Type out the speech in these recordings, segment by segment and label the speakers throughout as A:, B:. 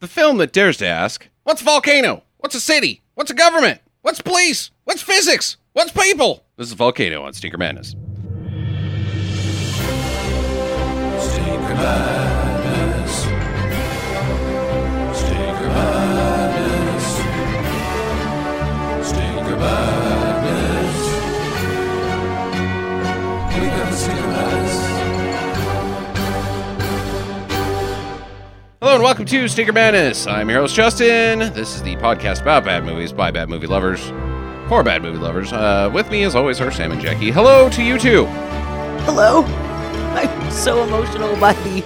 A: The film that dares to ask, What's a volcano? What's a city? What's a government? What's police? What's physics? What's people? This is Volcano on Stinker Madness.
B: Stinker Madness. Stinker Madness. Stinker Madness. We got the Stinker Madness.
A: Hello and welcome to Stinker Madness. I'm your host, Justin. This is the podcast about bad movies by bad movie lovers for bad movie lovers. Uh, with me, as always, are Sam and Jackie. Hello to you two.
C: Hello. I'm so emotional by the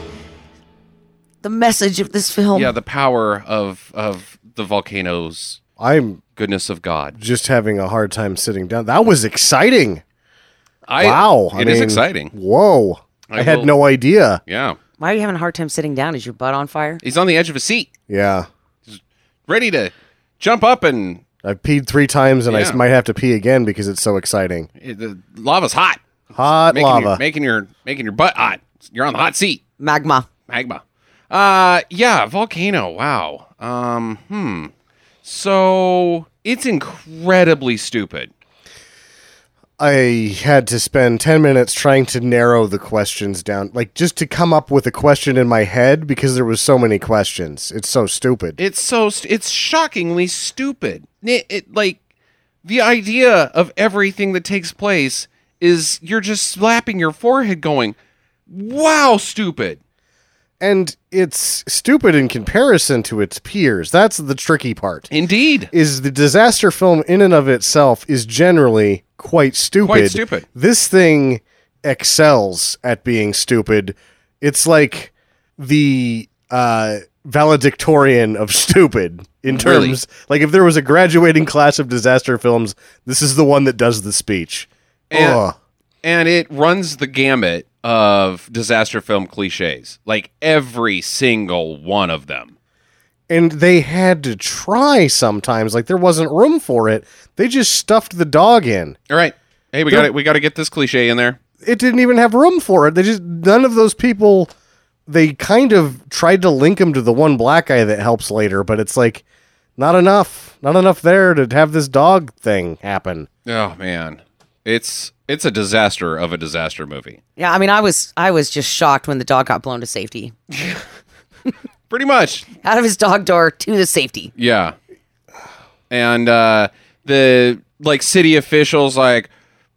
C: the message of this film.
A: Yeah, the power of of the volcanoes,
D: I'm
A: goodness of God.
D: just having a hard time sitting down. That was exciting.
A: I,
D: wow.
A: it is
D: I mean,
A: exciting.
D: Whoa.
A: I
D: I, had
A: will-
D: no idea.
A: Yeah,
C: Why are you having a hard time sitting down? Is your butt on fire?
A: he's on the edge of a seat,
D: Yeah.
A: ready to jump up, and
D: I peed three times and I
A: Yeah.
D: s- might have to pee again because it's so exciting.
A: eh, the lava's hot.
D: Hot
A: making
D: lava.
A: Your, making your making your butt hot. You're on the hot seat.
C: Magma.
A: Magma. Uh yeah, volcano. Wow. Um hmm. So it's incredibly stupid.
D: I had to spend 10 minutes trying to narrow the questions down, like just to come up with a question in my head because there was so many questions. It's so stupid.
A: It's so st- it's shockingly stupid. It, it like the idea of everything that takes place is you're just slapping your forehead going, "Wow, stupid."
D: and it's stupid in comparison to its peers. That's the tricky part.
A: Indeed.
D: is the disaster film in and of itself is generally quite stupid.
A: Quite stupid.
D: This thing excels at being stupid. It's like the uh, valedictorian of stupid in
A: Really?
D: terms like if there was a graduating class of disaster films, this is the one that does the speech.
A: And-
D: Ugh.
A: and it runs the gamut of disaster film cliches, like every single one of them.
D: and they had to try sometimes. Like there wasn't room for it. They just stuffed the dog in.
A: All right. Hey, we
D: There-
A: got it. We got to get this cliche in there.
D: it didn't even have room for it. They just none of those people. They kind of tried to link him to the one black guy that helps later, but it's like not enough, not enough there to have this dog thing happen.
A: Oh man, it's it's a disaster of a disaster movie.
C: Yeah, I mean, I was I was just shocked when the dog got blown to safety.
A: Pretty much,
C: Out of his dog door to the safety.
A: yeah. And uh, the like city officials like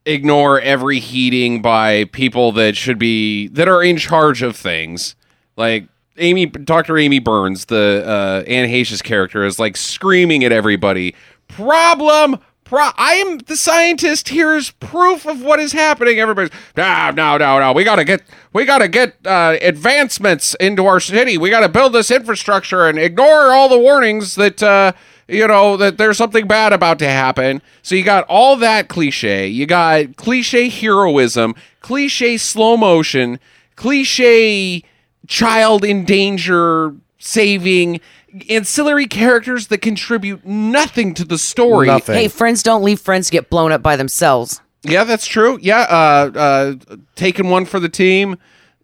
A: ignore every heating by people that should be that are in charge of things. Like Amy, Doctor Amy Burns, the uh, Anne Heche's character, is like screaming at everybody. Problem. Pro- I am the scientist. Here's proof of what is happening. Everybody's no, no, no, no. We gotta get, we gotta get uh, advancements into our city. We gotta build this infrastructure and ignore all the warnings that uh, you know that there's something bad about to happen. So you got all that cliche. You got cliche heroism, cliche slow motion, cliche child in danger saving ancillary characters that contribute nothing to the story.
D: Nothing.
C: Hey, friends don't leave friends to get blown up by themselves.
A: Yeah, that's true. Yeah, uh, uh, taking one for the team,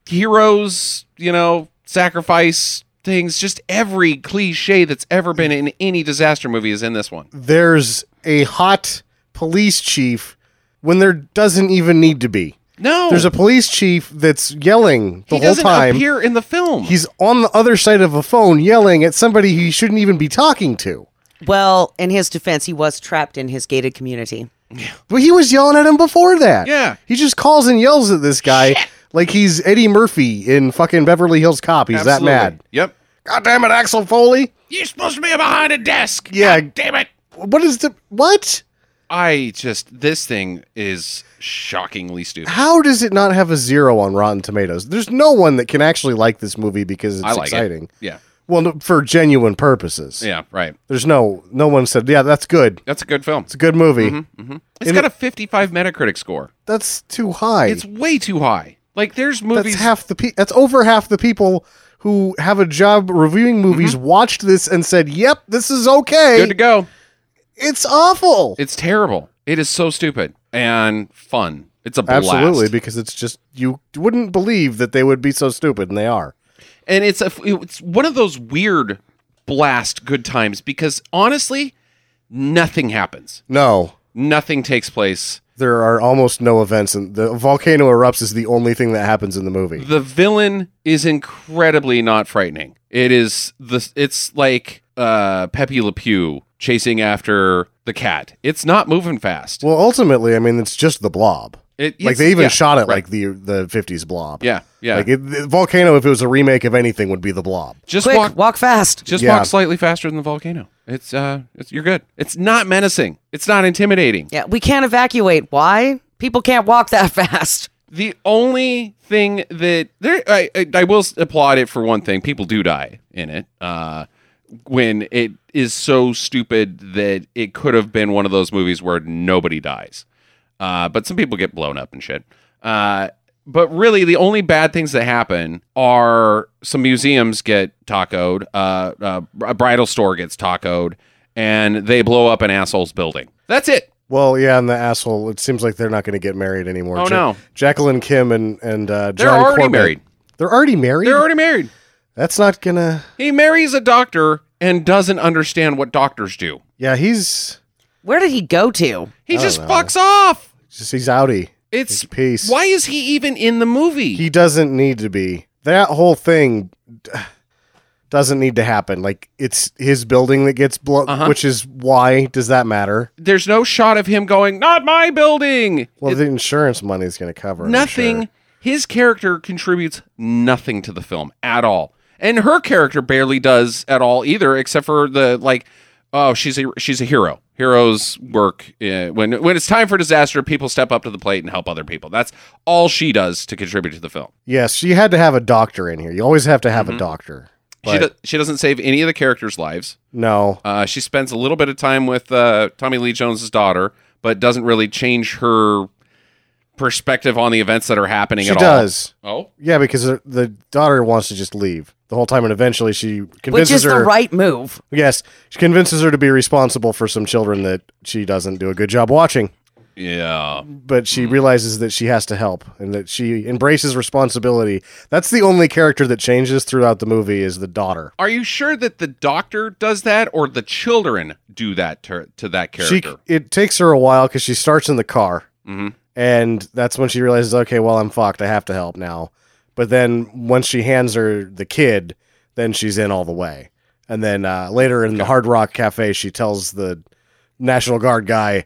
A: heroes, you know, sacrifice things. Just every cliche that's ever been in any disaster movie is in this one.
D: There's a hot police chief when there doesn't even need to be.
A: No,
D: There's a police chief that's yelling
A: he
D: the whole
A: doesn't
D: time.
A: appear in the film.
D: He's on the other side of a phone yelling at somebody he shouldn't even be talking to.
C: Well, in his defense, he was trapped in his gated community.
D: But he was yelling at him before that.
A: Yeah.
D: He just calls and yells at this guy like he's Eddie Murphy in fucking Beverly Hills Cop. He's
A: Absolutely.
D: that mad.
A: Yep.
D: God damn it, Axel Foley.
A: You're supposed to be behind a desk.
D: Yeah.
A: God damn it.
D: What is the. What?
A: I just this thing is shockingly stupid.
D: How does it not have a zero on Rotten Tomatoes? There's no one that can actually like this movie because it's
A: I like
D: exciting.
A: it. Yeah.
D: Well, no, for genuine purposes.
A: Yeah. Right.
D: There's no. No one said, yeah, that's good.
A: That's a good film.
D: It's a good movie.
A: Mm-hmm. It's got a 55 Metacritic score.
D: That's too high.
A: It's way too high. Like there's movies.
D: that's half the pe- that's over half the people who have a job reviewing movies watched this and said, "Yep, this is okay."
A: Mm-hmm. good to go.
D: It's awful.
A: It's terrible. It is so stupid and fun. It's a blast.
D: Absolutely, because it's just you wouldn't believe that they would be so stupid, and they are.
A: and it's a it's one of those weird blast good times because honestly, nothing happens.
D: No,
A: Nothing takes place.
D: there are almost no events, and the volcano erupts is the only thing that happens in the movie.
A: The villain is incredibly not frightening. It is the it's like uh Pepe Le Pew chasing after the cat. It's not moving fast.
D: Well, ultimately, I mean, it's just the blob.
A: It-
D: like
A: it's-
D: they even
A: yeah,
D: shot it
A: right.
D: like the the '50s blob.
A: Yeah, yeah.
D: Like it, the volcano, if it was a remake of anything, would be the blob.
A: just
C: Quick,
A: walk
C: walk, fast.
A: just
D: Yeah.
A: walk slightly faster than the volcano. It's uh it's you're good. It's not menacing. It's not intimidating.
C: Yeah, we can't evacuate. Why? People can't walk that fast.
A: The only thing that there, I, I, I will s- applaud it for one thing. People do die in it. Uh, when it is so stupid that it could have been one of those movies where nobody dies, uh, but some people get blown up and shit. Uh, but really, the only bad things that happen are some museums get tacoed, uh, uh, a bridal store gets tacoed, and they blow up an asshole's building. That's it.
D: Well, yeah, and the asshole. It seems like they're not going to get married anymore.
A: Oh, no.
D: Jacqueline Kim and and uh,
A: They're
D: John
A: already
D: Corbett-
A: married.
D: They're already married.
A: They're already married.
D: That's not gonna.
A: He marries a doctor and doesn't understand what doctors do.
D: Yeah, he's
C: Where did he go to?
A: He
D: don't
A: just
D: know.
A: fucks off.
D: just he's outie.
A: It's
D: Peace.
A: Why is he even in the movie?
D: He doesn't need to be. That whole thing d- doesn't need to happen. Like it's his building that gets blown,
A: Uh-huh.
D: which is why does that matter?
A: There's no shot of him going, "Not my building."
D: Well, the insurance money is going to cover it, I'm
A: nothing.
D: sure.
A: His character contributes nothing to the film at all, and her character barely does at all either, except for the like, oh, she's a she's a hero. Heroes work uh, when when it's time for disaster. People step up to the plate and help other people. That's all she does to contribute to the film.
D: Yes, she had to have a doctor in here. You always have to have a doctor.
A: Mm-hmm. she
D: But
A: do- she doesn't save any of the characters' lives.
D: no,
A: Uh, she spends a little bit of time with uh, Tommy Lee Jones's daughter, but doesn't really change her perspective on the events that are happening
D: she
A: at
D: does.
A: all. Oh,
D: Yeah, because the- the daughter wants to just leave the whole time, and eventually she
C: Which
D: convinces
C: is
D: her.
C: the right move.
D: yes, she convinces her to be responsible for some children that she doesn't do a good job watching.
A: yeah.
C: Mm-hmm.
D: but she realizes that she has to help and that she embraces responsibility. That's the only character that changes throughout the movie is the daughter.
A: Are you sure that the doctor does that, or the children do that to, to that character?
D: She it takes her a while because she starts in the car,
A: Mhm.
D: and that's when she realizes, okay, well I'm fucked. I have to help now. But then once she hands her the kid, then she's in all the way. And then uh, later in the Hard Rock Cafe, she tells the National Guard guy,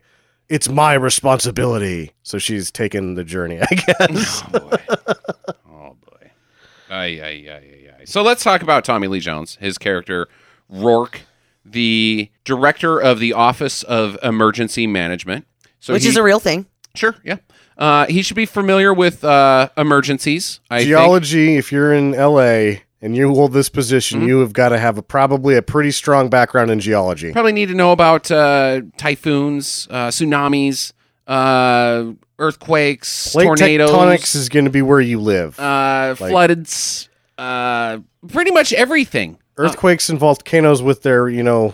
D: "It's my responsibility." So she's taken the journey, I guess.
A: oh boy. Oh boy. Ay, ay, ay, ay, ay. So let's talk about Tommy Lee Jones, his character Rourke, the director of the Office of Emergency Management. So
C: Which
A: he-
C: is a real thing.
A: Sure. Yeah. Uh, he should be familiar with uh, emergencies. I think. Mm-hmm.
D: geology if you're in la and you hold this position you have got to have a, probably a pretty strong background in geology
A: Probably need to know about uh, typhoons, uh, tsunamis, uh, earthquakes,
D: plate
A: tornadoes,
D: tectonics is going to be where you live
A: uh, floods, uh, pretty much everything.
D: earthquakes and volcanoes with their you know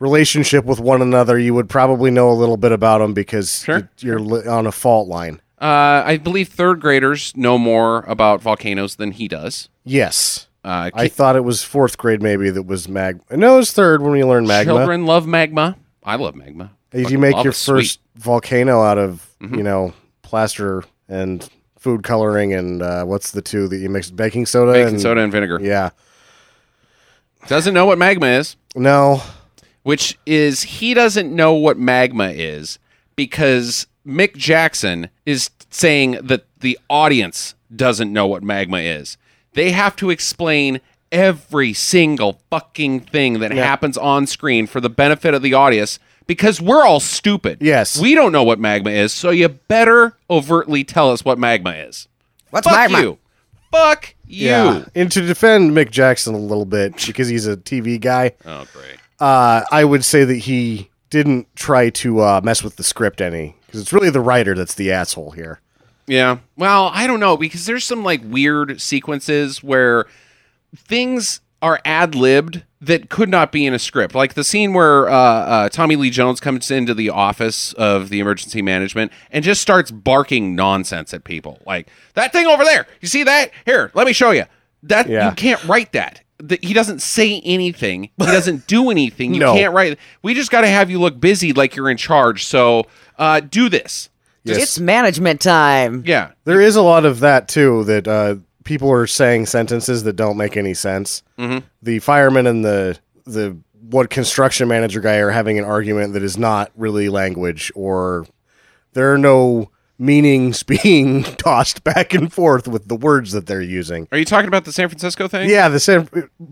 D: relationship with one another you would probably know a little bit about them because
A: Sure,
D: you- you're li- on a fault line
A: Uh, I believe third graders know more about volcanoes than he does.
D: yes
A: Uh,
D: i thought it was fourth grade maybe that was mag no it's third when you learn magma
A: Children love magma. I love magma.
D: If you
A: Fucking
D: make
A: love
D: your
A: it. Sweet. Mm-hmm.
D: first volcano out of you know plaster and food coloring and uh, what's the two that you mix baking soda
A: baking
D: and
A: soda and vinegar.
D: yeah
A: Doesn't know what magma is.
D: no
A: which is he doesn't know what magma is because Mick Jackson is saying that the audience doesn't know what magma is. They have to explain every single fucking thing that happens on screen for the benefit of the audience because we're all stupid.
D: Yes.
A: We don't know what magma is, so you better overtly tell us what magma is.
C: What's
A: Fuck
C: magma?
A: you. Fuck you.
D: yeah and to defend Mick Jackson a little bit because he's a TV guy
A: Oh, great.
D: uh, I would say that he didn't try to uh, mess with the script any because it's really the writer that's the asshole here
A: Yeah. Well, I don't know because there's some like weird sequences where things are ad libbed that could not be in a script. Like the scene where uh, uh, Tommy Lee Jones comes into the office of the emergency management and just starts barking nonsense at people. Like that thing over there. You see that? Here, let me show you. That
D: Yeah.
A: you can't write that. the, he doesn't say anything. He doesn't do anything. You
D: No.
A: can't write. We just got to have you look busy like you're in charge. So uh, do this.
C: It's management time.
A: Yeah.
D: There is a lot of that too that uh, people are saying sentences that don't make any sense. Mm-hmm. The fireman and the the what construction manager guy are having an argument that is not really language, or there are no meanings being tossed back and forth with the words that they're using.
A: Are you talking about the San Francisco thing?
D: Yeah, the San,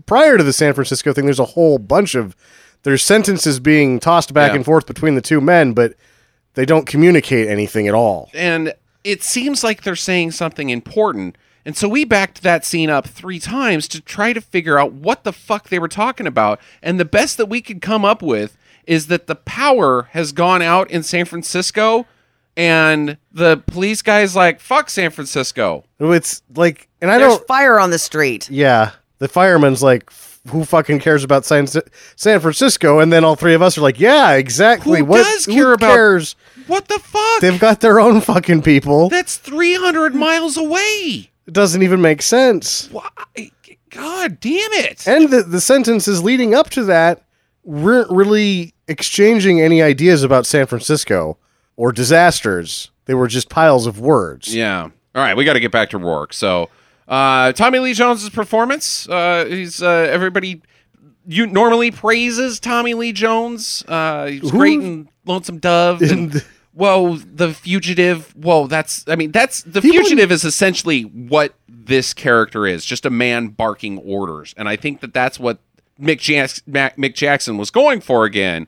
D: prior to the San Francisco thing, there's a whole bunch of there's sentences being tossed back
A: Yeah.
D: and forth between the two men, but they don't communicate anything at all.
A: and it seems like they're saying something important. And so we backed that scene up three times to try to figure out what the fuck they were talking about. And the best that we could come up with is that the power has gone out in San Francisco and the police guy's like, fuck San Francisco.
D: It's like, and I
C: There's
D: don't.
C: fire on the street.
D: Yeah, the fireman's like, who fucking cares about San, San Francisco? And then all three of us are like, yeah, exactly.
A: Who
D: what
A: does care about-
D: cares?
A: What the fuck?
D: They've got their own fucking people.
A: That's 300 miles away.
D: It doesn't even make sense.
A: Why? God damn it.
D: And the, the sentences leading up to that weren't really exchanging any ideas about San Francisco or disasters. They were just piles of words.
A: Yeah. All right, we got to get back to Rourke. So, uh, Tommy Lee Jones's performance. Uh, he's uh, everybody. You normally praises Tommy Lee Jones. Uh, he's great in Lonesome Dove. And, whoa, the fugitive. Whoa, that's. I mean, that's the fugitive is essentially what this character is. Just a man barking orders, and I think that that's what Mick, Jack- Mac- Mick Jackson was going for again.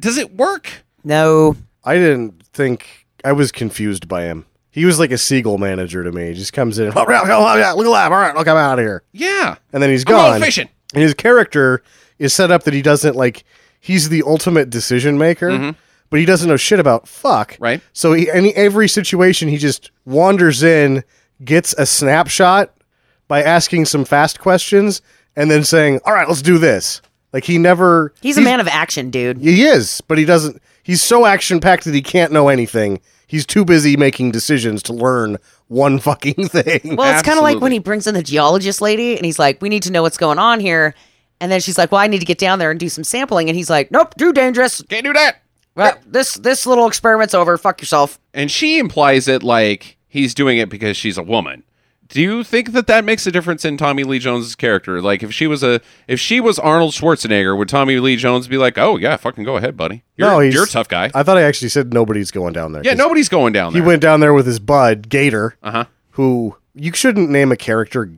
A: Does it work?
C: No.
D: I didn't think I was confused by him. He was like a seagull manager to me. He just comes in, look alive, all right, I'll come out of here.
A: Yeah.
D: and then he's
A: I'm
D: gone.
A: going fishing.
D: And his character is set up that he doesn't like. He's the ultimate decision maker, but he doesn't know shit about fuck.
A: Mm-hmm. Right.
D: So he any every situation he just wanders in, gets a snapshot by asking some fast questions, and then saying, "All right, let's do this." Like he never.
C: He's a man of action, dude.
D: He is, but he doesn't. He's so action packed that he can't know anything. He's too busy making decisions to learn one fucking thing.
C: Well, it's kind of like
A: Absolutely.
C: when he brings in the geologist lady and he's like, we need to know what's going on here. And then she's like, well, I need to get down there and do some sampling. And he's like, nope, too dangerous.
A: Can't do that.
C: Well, this this little experiment's over. Fuck yourself.
A: and she implies it like he's doing it because she's a woman. Do you think that that makes a difference in Tommy Lee Jones's character? Like if she was a if she was Arnold Schwarzenegger, would Tommy Lee Jones be like, "Oh yeah, fucking go ahead, buddy. You're,
D: No, he's-
A: you're a tough guy."
D: I thought I actually said nobody's going down there.
A: yeah,
D: 'cause
A: nobody's going down
D: He
A: there.
D: went down there with his bud Gator,
A: uh-huh.
D: who you shouldn't name a character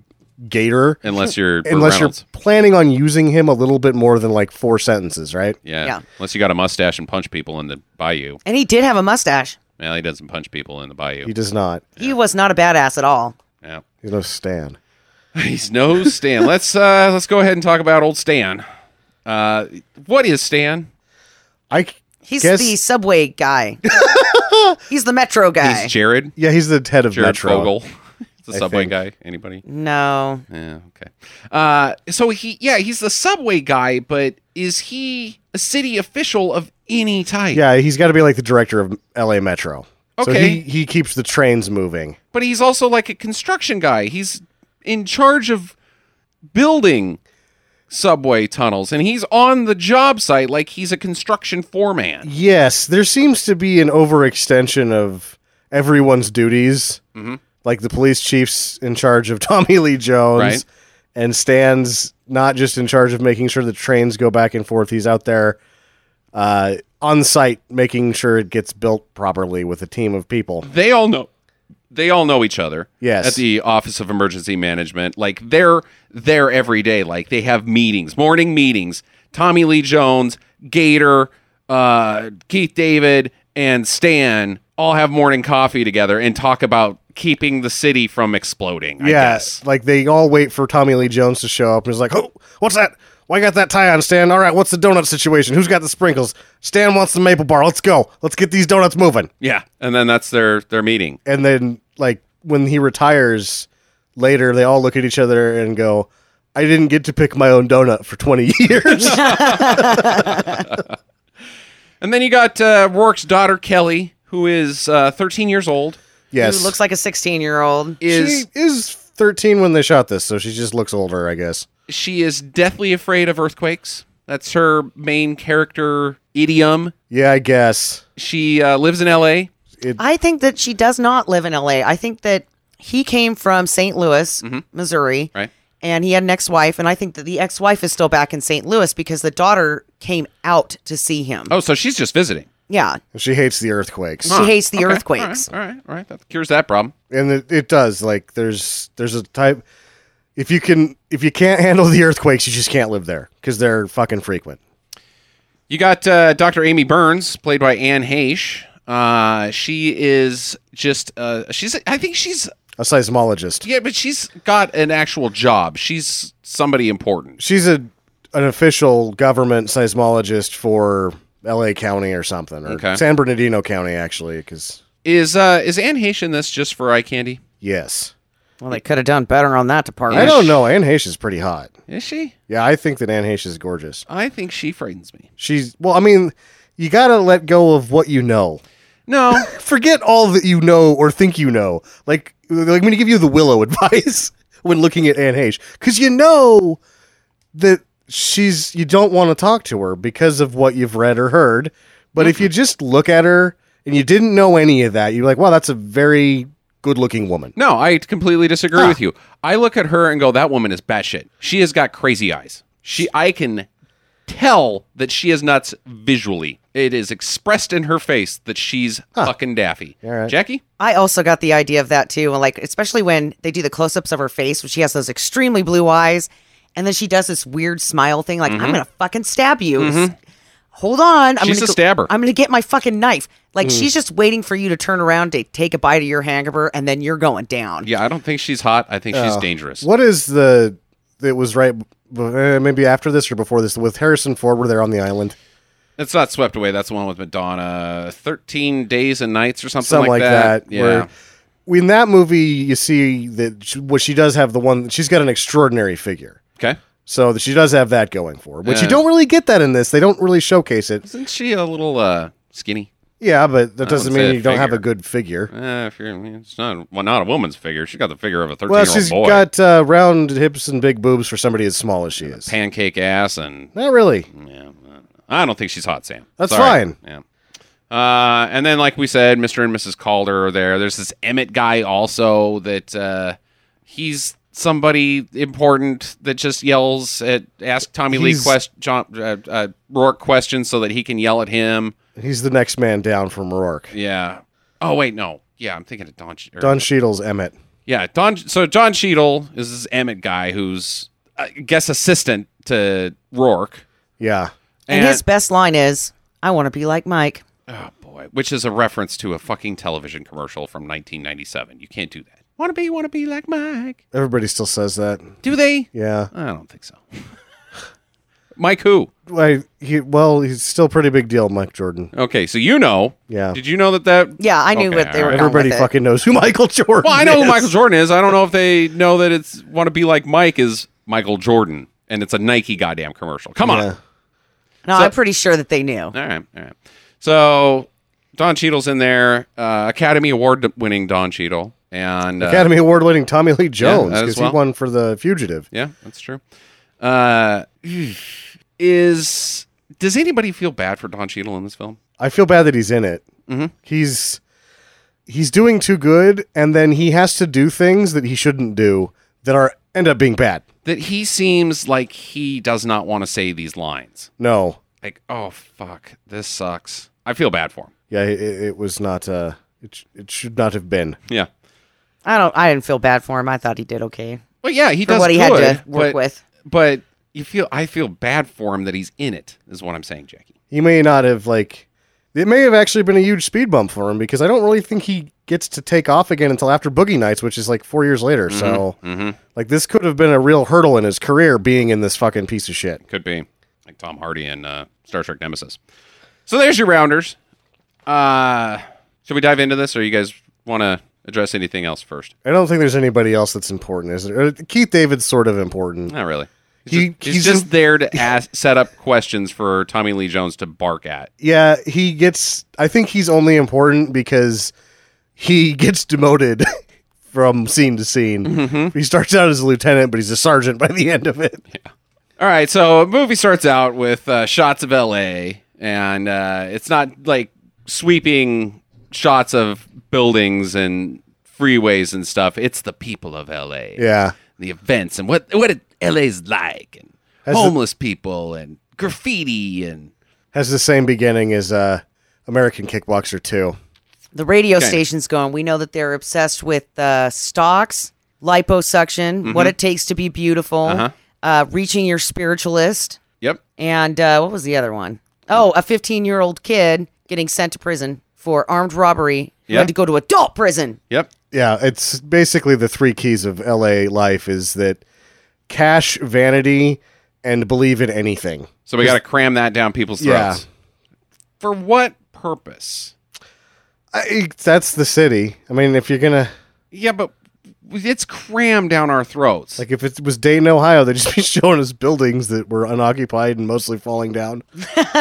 D: Gator
A: Unless you're Burt
D: unless you're
A: Reynolds.
D: planning on using him a little bit more than like four sentences, right?
A: yeah.
C: Yeah.
A: Unless you got a mustache and punch people in the bayou.
C: And he did have a mustache.
A: Well, he doesn't punch people in the bayou.
D: He does not.
C: He was not a badass at all.
A: yeah.
D: He's no Stan.
A: He's no Stan. let's uh let's go ahead and talk about old Stan. Uh what is Stan?
D: I c-
C: He's
D: guess-
C: the subway guy. he's the metro guy.
A: He's Jared.
D: yeah, he's the head of
A: Jared
D: Metro.
A: Fogle. the subway
D: think.
A: guy. Anybody?
C: no.
A: Yeah, okay. Uh, so he, yeah, he's the subway guy, but is he a city official of any type?
D: Yeah, he's got to be like the director of L.A. Metro. so
A: Okay.
D: he, he keeps the trains moving.
A: But he's also like a construction guy. He's in charge of building subway tunnels, and he's on the job site like he's a construction foreman.
D: Yes, there seems to be an overextension of everyone's duties.
A: Mm-hmm.
D: Like the police chief's in charge of Tommy Lee Jones,
A: Right.
D: and Stan's not just in charge of making sure the trains go back and forth. He's out there uh, on site making sure it gets built properly with a team of people.
A: They all know. They all know each other.
D: Yes.
A: At the Office of Emergency Management, like they're there every day. Like they have meetings, morning meetings. Tommy Lee Jones, Gator, uh, Keith David, and Stan all have morning coffee together and talk about keeping the city from exploding. I
D: Yes,
A: guess.
D: like they all wait for Tommy Lee Jones to show up, and he's like, "Oh, what's that? Why got that tie on, Stan? All right, what's the donut situation? Who's got the sprinkles? Stan wants the maple bar. Let's go. Let's get these donuts moving."
A: Yeah. And then that's their their meeting.
D: and then like when he retires later they all look at each other and go i didn't get to pick my own donut for 20 years
A: And then you got uh, Rourke's daughter Kelly, who is uh, 13 years old.
D: yes
C: Who looks like a 16 year old.
A: Is
D: she is 13 when they shot this so she just looks older i guess
A: she is deathly afraid of earthquakes. That's her main character idiom.
D: Yeah, I guess.
A: She uh, lives in L.A.
C: I think that she does not live in LA. I think that he came from St. Louis, Missouri.
A: Mm-hmm. Right.
C: And he had an ex wife. And I think that the ex wife is still back in St. Louis because the daughter came out to see him.
A: Oh, so she's just visiting.
C: Yeah.
D: She hates the earthquakes.
C: She hates the
A: Okay,
C: earthquakes.
A: All right, all right, all right. That cures that problem.
D: and it, it does like there's there's a type if you can if you can't handle the earthquakes you just can't live there because they're fucking frequent
A: You got uh, Dr. Amy Burns, played by Anne Heche. Uh, she is just uh, she's. I think she's
D: a seismologist
A: yeah, but she's got an actual job. She's somebody important.
D: she's a an official government seismologist for la county or something or
A: Okay.
D: san bernardino county actually because
A: Is uh, is Anne Heche in this just for eye candy?
D: yes
C: Well, they could have done better on that department.
D: i don't know anne Heche is pretty hot
A: Is she?
D: yeah i think that anne Heche is gorgeous
A: I think she frightens me.
D: she's well i mean you gotta let go of what you know
A: No,
D: forget all that you know or think you know. Like, like I'm going to give you the Willow advice when looking at Anne Heche because you know that she's you don't want to talk to her because of what you've read or heard. But if you just look at her and you didn't know any of that, you're like, wow, that's a very good-looking woman.
A: no, I completely disagree with you. I look at her and go, that woman is batshit. She has got crazy eyes. She, I can tell that she is nuts visually. It is expressed in her face that she's fucking daffy.
D: right.
A: Jackie.
C: I also got the idea of that too. And like, especially when they do the close ups of her face, when she has those extremely blue eyes. And then she does this weird smile thing, like, I'm going to fucking stab you. Hold on. I'm
A: Mm-hmm. She's
C: gonna
A: a stabber. Mm.
C: I'm going to get my fucking knife. Like, she's just waiting for you to turn around to take a bite of your hamburger, and then you're going down.
A: Yeah, I don't think she's hot. I think she's dangerous.
D: Oh. What is the that was right? Uh, maybe after this or before this with Harrison Ford, were there on the island?
A: It's not swept away. That's the one with Madonna. Thirteen days and nights or something,
D: something like, that.
A: Yeah.
D: Where in that movie, you see that she, what she does have the one she's got an extraordinary figure,
A: Okay.
D: so that she does have that going for her. But
A: Yeah.
D: you don't really get that in this. They don't really showcase it.
A: Isn't she a little uh, skinny?
D: Yeah, but that doesn't
A: wouldn't say
D: mean
A: a
D: you don't have a
A: figure.
D: good figure.
A: Uh, if you're, it's not well, not a woman's figure. She's got the figure of a
D: Well,
A: thirteen-year-old
D: she's
A: boy.
D: got uh, round hips and big boobs for somebody as small as she is.
A: pancake ass, and
D: Not really.
A: yeah, uh, I don't think she's hot, Sam.
D: That's fine.
A: Yeah. Uh, and then, like we said, Mr. and Mrs. Calder are there. There's this Emmett guy also that uh, he's somebody important that just yells at ask Tommy Lee
D: He's-
A: quest John uh, uh, Rourke questions so that he can yell at him.
D: He's the next man down from Rourke.
A: Yeah. Oh wait, no. Yeah, I'm thinking of Don. Ch- or-
D: Don Cheadle's Emmett.
A: Yeah, Don. So John Cheadle is this Emmett guy who's, I guess, assistant to Rourke.
D: Yeah.
C: And, his best line is, I want to be like Mike.
A: oh boy, which is a reference to a fucking television commercial from 1997. You can't do that. Want to be, want to be like Mike?
D: Everybody still says that.
A: Do they?
D: Yeah.
A: I don't think so. Mike who?
D: I, he, well, he's still a pretty big deal, Mike Jordan.
A: Okay, so you know.
D: Yeah.
A: Did you know that that?
C: Yeah, I knew
A: Okay,
C: what they
A: all
C: were
A: right.
C: going
D: Everybody
C: with it.
D: fucking knows who Michael Jordan
A: Well, I know who
D: is.
A: Michael Jordan is. I don't know if they know that it's want to be like Mike is Michael Jordan, and it's a Nike goddamn commercial. Come on.
D: Yeah.
C: No, I'm pretty sure that they knew.
A: All right, all right. So Don Cheadle's in there, uh, Academy Award winning Don Cheadle, and uh,
D: Academy Award winning Tommy Lee Jones
A: that
D: because
A: as well.
D: he won for The Fugitive.
A: yeah, that's true. Uh, is does anybody feel bad for Don Cheadle in this film?
D: I feel bad that he's in it.
A: Mm-hmm.
D: He's he's doing too good, and then he has to do things that he shouldn't do that are end up being bad.
A: That he seems like he does not want to say these lines.
D: No,
A: Like, oh fuck, this sucks. I feel bad for him.
D: yeah, it, it was not. Uh, it sh- it should not have been.
A: Yeah.
C: I don't. I didn't feel bad for him. I thought he did okay.
A: Well, yeah, he does
C: what he had to
A: good,
C: work
A: but-
C: with.
A: But you feel, I feel bad for him that he's in it. Is what I'm saying, Jackie.
D: He may not have like. It may have actually been a huge speed bump for him because I don't really think he gets to take off again until after Boogie Nights, which is like four years later. So, like, this could have been a real hurdle in his career being in this fucking piece of shit.
A: Could be like Tom Hardy and uh, Star Trek Nemesis. So there's your rounders. Uh, should we dive into this, or you guys want to address anything else first?
D: I don't think there's anybody else that's important, is there? Uh, Keith David's sort of important.
A: Not really. He's,
D: He-
A: just, he's
D: he's
A: just
D: in-
A: there to ask, set up questions for Tommy Lee Jones to bark at.
D: Yeah, he gets. I think he's only important because he gets demoted from scene to scene. He starts out as a lieutenant, but he's a sergeant by the end of it.
A: All right, so movie starts out with uh, shots of L.A. and uh, it's not like sweeping shots of buildings and freeways and stuff. It's the people of L.A.
D: Yeah.
A: the events and what what it- L.A.'s like and
D: the-
A: homeless people and graffiti and
D: Has the same beginning as uh, American Kickboxer 2.
C: The radio
A: Kinda.
C: station's going. We know that they're obsessed with uh, stocks, liposuction,
D: Mm-hmm.
C: what it takes to be beautiful,
D: Uh-huh.
C: uh reaching your spiritualist,
A: yep,
C: and uh, what was the other one? Oh, a 15 year old kid getting sent to prison for armed robbery. He
A: Yeah.
C: Had to go to adult prison.
A: yep,
D: Yeah, it's basically the three keys of LA life is that cash, vanity, and believe in anything.
A: So we got to cram that down people's
D: Yeah.
A: throats. For what purpose?
D: I, that's the city. I mean, if you're gonna
A: Yeah, but it's crammed down our throats.
D: like, if it was Dayton, Ohio, they'd just be showing us buildings that were unoccupied and mostly falling down.
A: yeah,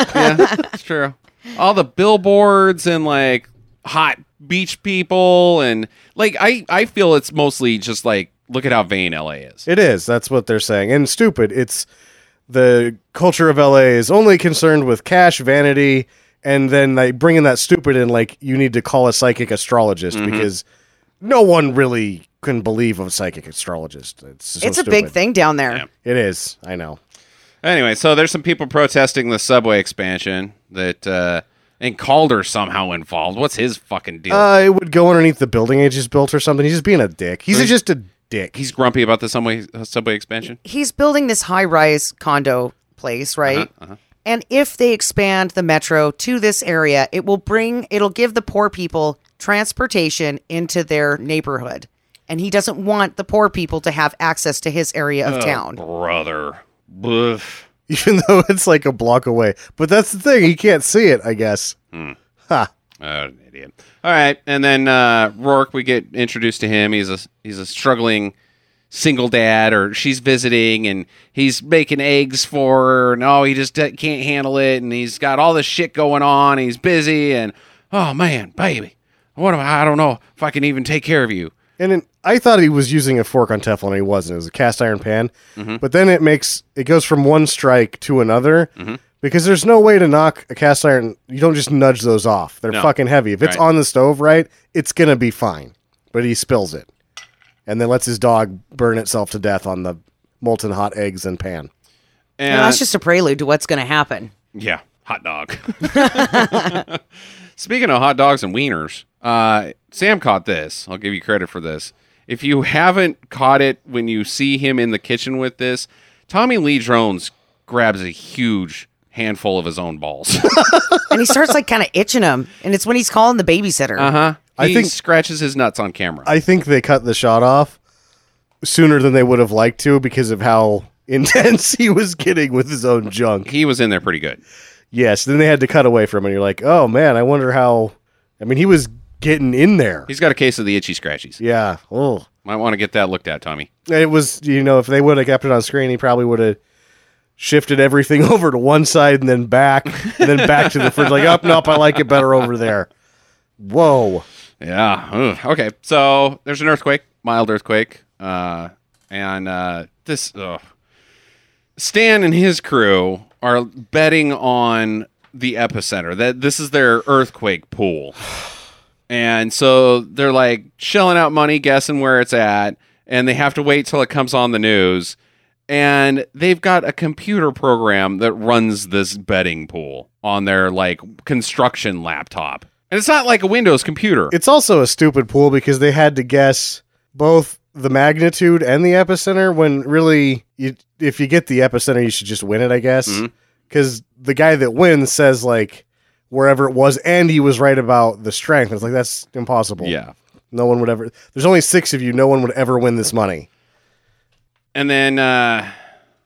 A: it's true. All the billboards and like hot beach people and like I I feel it's mostly just like look at how vain LA is.
D: It is. That's what they're saying. And stupid. It's the culture of LA is only concerned with cash, vanity, and then they bring in that stupid in like you need to call a psychic astrologist because no one really can believe a psychic astrologist. It's so
C: it's a
D: stupid.
C: big thing down there.
D: It is. I know.
A: Anyway, so there's some people protesting the subway expansion that uh and Calder somehow involved. What's his fucking deal?
D: Uh, it would go underneath the building it just built or something. He's just being a dick. He's just a dick.
A: He's grumpy about the subway subway expansion.
C: He's building this high rise condo place, right? And if they expand the metro to this area, it will bring, it'll give the poor people transportation into their neighborhood. And he doesn't want the poor people to have access to his area of town.
A: Brother. Boof.
D: even though it's like a block away. But that's the thing. He can't see it, I guess.
A: Oh, an idiot. All right, and then uh, Rourke, we get introduced to him. He's a he's a struggling single dad, or she's visiting, and he's making eggs for her, and oh, he just d- can't handle it, and he's got all this shit going on. And he's busy, and oh man, baby, what am I? I don't know if I can even take care of you.
D: And in, I thought he was using a fork on Teflon. and He wasn't. It was a cast iron pan.
A: Mm-hmm.
D: But then it makes it goes from one strike to another
A: Mm-hmm.
D: because there's no way to knock a cast iron. You don't just nudge those off. They're
A: No.
D: fucking heavy. If it's
A: Right.
D: on the stove, right, it's gonna be fine. But he spills it, and then lets his dog burn itself to death on the molten hot eggs and pan.
A: And
C: And that's just a prelude to what's going to happen.
A: Yeah, hot dog. Speaking of hot dogs and wieners, uh, Sam caught this. I'll give you credit for this. If you haven't caught it when you see him in the kitchen with this, Tommy Lee Jones grabs a huge handful of his own balls.
C: And he starts like kind of itching him. And it's when he's calling the babysitter.
A: uh huh.
D: I
A: He
D: think-
A: scratches his nuts on camera.
D: I think they cut the shot off sooner than they would have liked to because of how intense he was getting with his own junk.
A: he was in there pretty good.
D: Yes, then they had to cut away from it. You're like, oh man, I wonder how. I mean, he was getting in there.
A: He's got a case of the itchy scratchies.
D: yeah. Oh,
A: Might want to get that looked at, Tommy.
D: it was. You know, if they would have kept it on screen, he probably would have shifted everything over to one side and then back, and then back to the fridge. Like, up, nope, I like it better over there. Whoa.
A: Yeah. ugh. Okay. So there's an earthquake, mild earthquake, uh, and uh, this ugh. Stan and his crew are betting on the epicenter. That this is their earthquake pool, and so they're like shelling out money, guessing where it's at, and they have to wait till it comes on the news. And they've got a computer program that runs this betting pool on their like construction laptop. And it's not like a Windows computer.
D: It's also a stupid pool because they had to guess both the magnitude and the epicenter when really you, if you get the epicenter you should just win it i guess
A: Mhm.
D: because the guy that wins says like wherever it was and he was right about the strength it's like that's impossible
A: Yeah.
D: no one would ever there's only six of you no one would ever win this money
A: And then uh,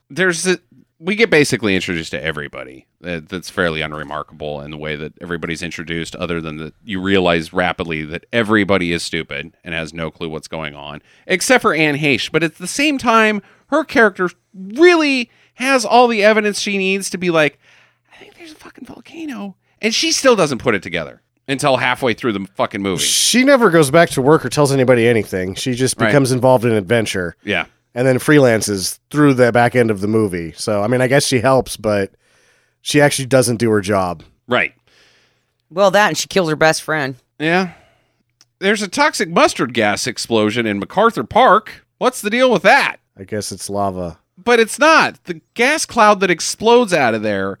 A: there's the, we get basically introduced to everybody. That, that's fairly unremarkable in the way that everybody's introduced, other than that you realize rapidly that everybody is stupid and has no clue what's going on, except for Anne Heche. But at the same time, her character really has all the evidence she needs to be like, I think there's a fucking volcano. And she still doesn't put it together. until halfway through the fucking movie.
D: She never goes back to work or tells anybody anything. She just
A: Right.
D: becomes involved in adventure
A: Yeah.
D: and then freelances through the back end of the movie. So, I mean, I guess she helps, but she actually doesn't do her job.
A: Right.
C: Well, that and she killed her best friend.
A: Yeah. There's a toxic mustard gas explosion in MacArthur Park. What's the deal with that?
D: I guess it's lava.
A: But it's not. The gas cloud that explodes out of there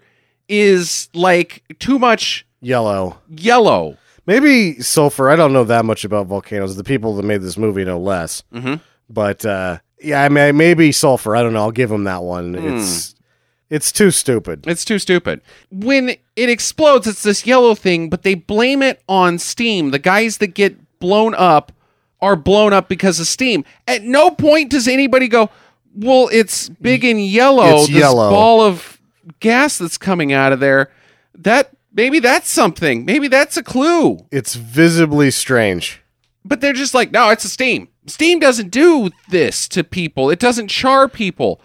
A: is like too much
D: Yellow.
A: yellow.
D: Maybe sulfur. I don't know that much about volcanoes. The people that made this movie know less.
A: Mhm.
D: But uh, yeah, I mean, maybe sulfur. I don't know. I'll give him that one. It's it's too stupid.
A: It's too stupid. When it explodes, it's this yellow thing, but they blame it on steam. The guys that get blown up are blown up because of steam. At no point does anybody go, "Well, it's big and yellow.
D: It's
A: this
D: yellow."
A: ball of gas that's coming out of there. That maybe that's something. Maybe that's a clue."
D: It's visibly strange.
A: But they're just like, "No, it's a steam. Steam doesn't do this to people. It doesn't char people."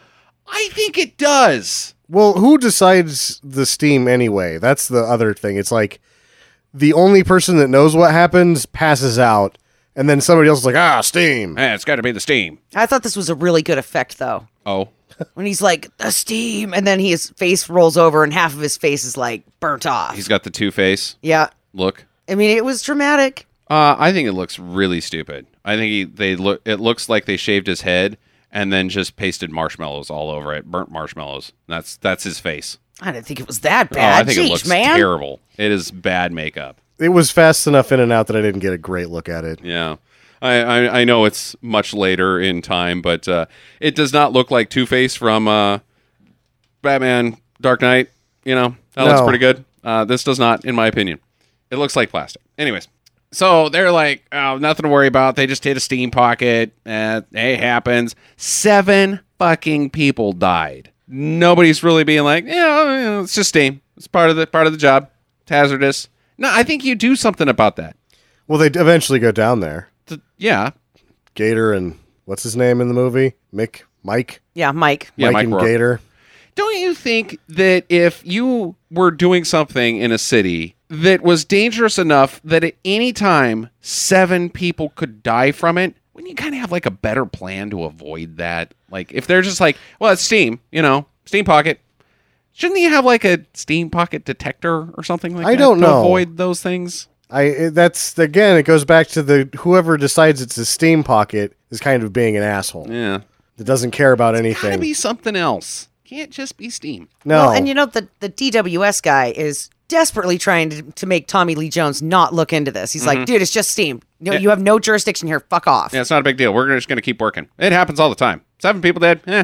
A: I think it does.
D: Well, who decides the steam anyway? That's the other thing. It's like the only person that knows what happens passes out, and then somebody else is like, ah, steam.
A: Eh, it's got to be the steam.
C: I thought this was a really good effect, though.
A: Oh.
C: When he's like, the steam, and then his face rolls over and half of his face is like burnt off.
A: He's got the two face
C: yeah.
A: look.
C: I mean, it was dramatic.
A: Uh, I think it looks really stupid. I think he, they look. It looks like they shaved his head and then just pasted marshmallows all over it, burnt marshmallows. That's that's his face.
C: I didn't think it was that
A: Oh, I
C: bad.
A: think
C: Jeez,
A: it looks
C: man.
A: terrible. It is bad makeup.
D: It was fast enough in and out that I didn't get a great look at it.
A: Yeah. I, I, I know it's much later in time, but uh, it does not look like Two Face from uh, Batman Dark Knight. You know, that looks
D: No.
A: pretty good. Uh, this does not, in my opinion. It looks like plastic. Anyways, so they're like, oh, nothing to worry about. They just hit a steam pocket. Uh, it happens. Seven fucking people died. Nobody's really being like, yeah, you know, it's just steam. It's part of the part of the job. It's hazardous. No, I think you do something about that.
D: Well, they d- eventually go down there.
A: Th- yeah,
D: Gator and what's his name in the movie? Mick, Mike,
C: Yeah, Mike.
A: Yeah,
D: Mike,
A: Mike
D: and
A: Rourke.
D: Gator.
A: Don't you think that if you were doing something in a city that was dangerous enough that at any time seven people could die from it, wouldn't you kind of have like a better plan to avoid that? Like if they're just like, well, it's steam, you know, steam pocket. Shouldn't you have like a steam pocket detector or something like
D: I
A: that?
D: don't
A: to
D: know.
A: Avoid those things.
D: I it- that's again. It goes back to the whoever decides it's a steam pocket is kind of being an asshole
A: Yeah,
D: that doesn't care about
A: gotta
D: anything.
A: be something else. Can't just be steam.
D: no,
C: Well, and you know the the DWS guy is desperately trying to, to make Tommy Lee Jones not look into this. He's like, dude, it's just steam. No, you have no jurisdiction here. Fuck off.
A: Mm-hmm. Yeah, it's not a big deal. We're just going to keep working. It happens all the time. Seven people dead. Eh.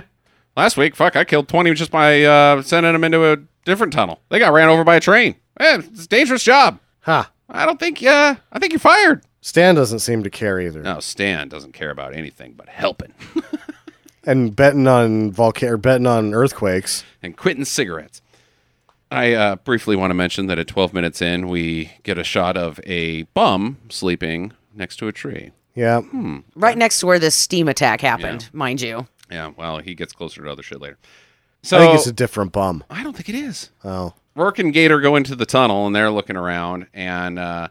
A: Last week, fuck, I killed 20 just by uh, sending them into a different tunnel. They got ran over by a train. Eh, it's a dangerous job.
D: ha.
A: I don't think, uh, I think you're fired.
D: Stan doesn't seem to care either.
A: No, Stan doesn't care about anything but helping
D: And betting on volcano, betting on earthquakes.
A: and quitting cigarettes. I uh, briefly want to mention that at 12 minutes in, we get a shot of a bum sleeping next to a tree.
D: Yeah,
C: Right next to where this steam attack happened, mind you.
A: Yeah, well, he gets closer to other shit later. So
D: I think it's a different bum.
A: I don't think it is.
D: Oh,
A: Rourke and Gator go into the tunnel and they're looking around, and uh,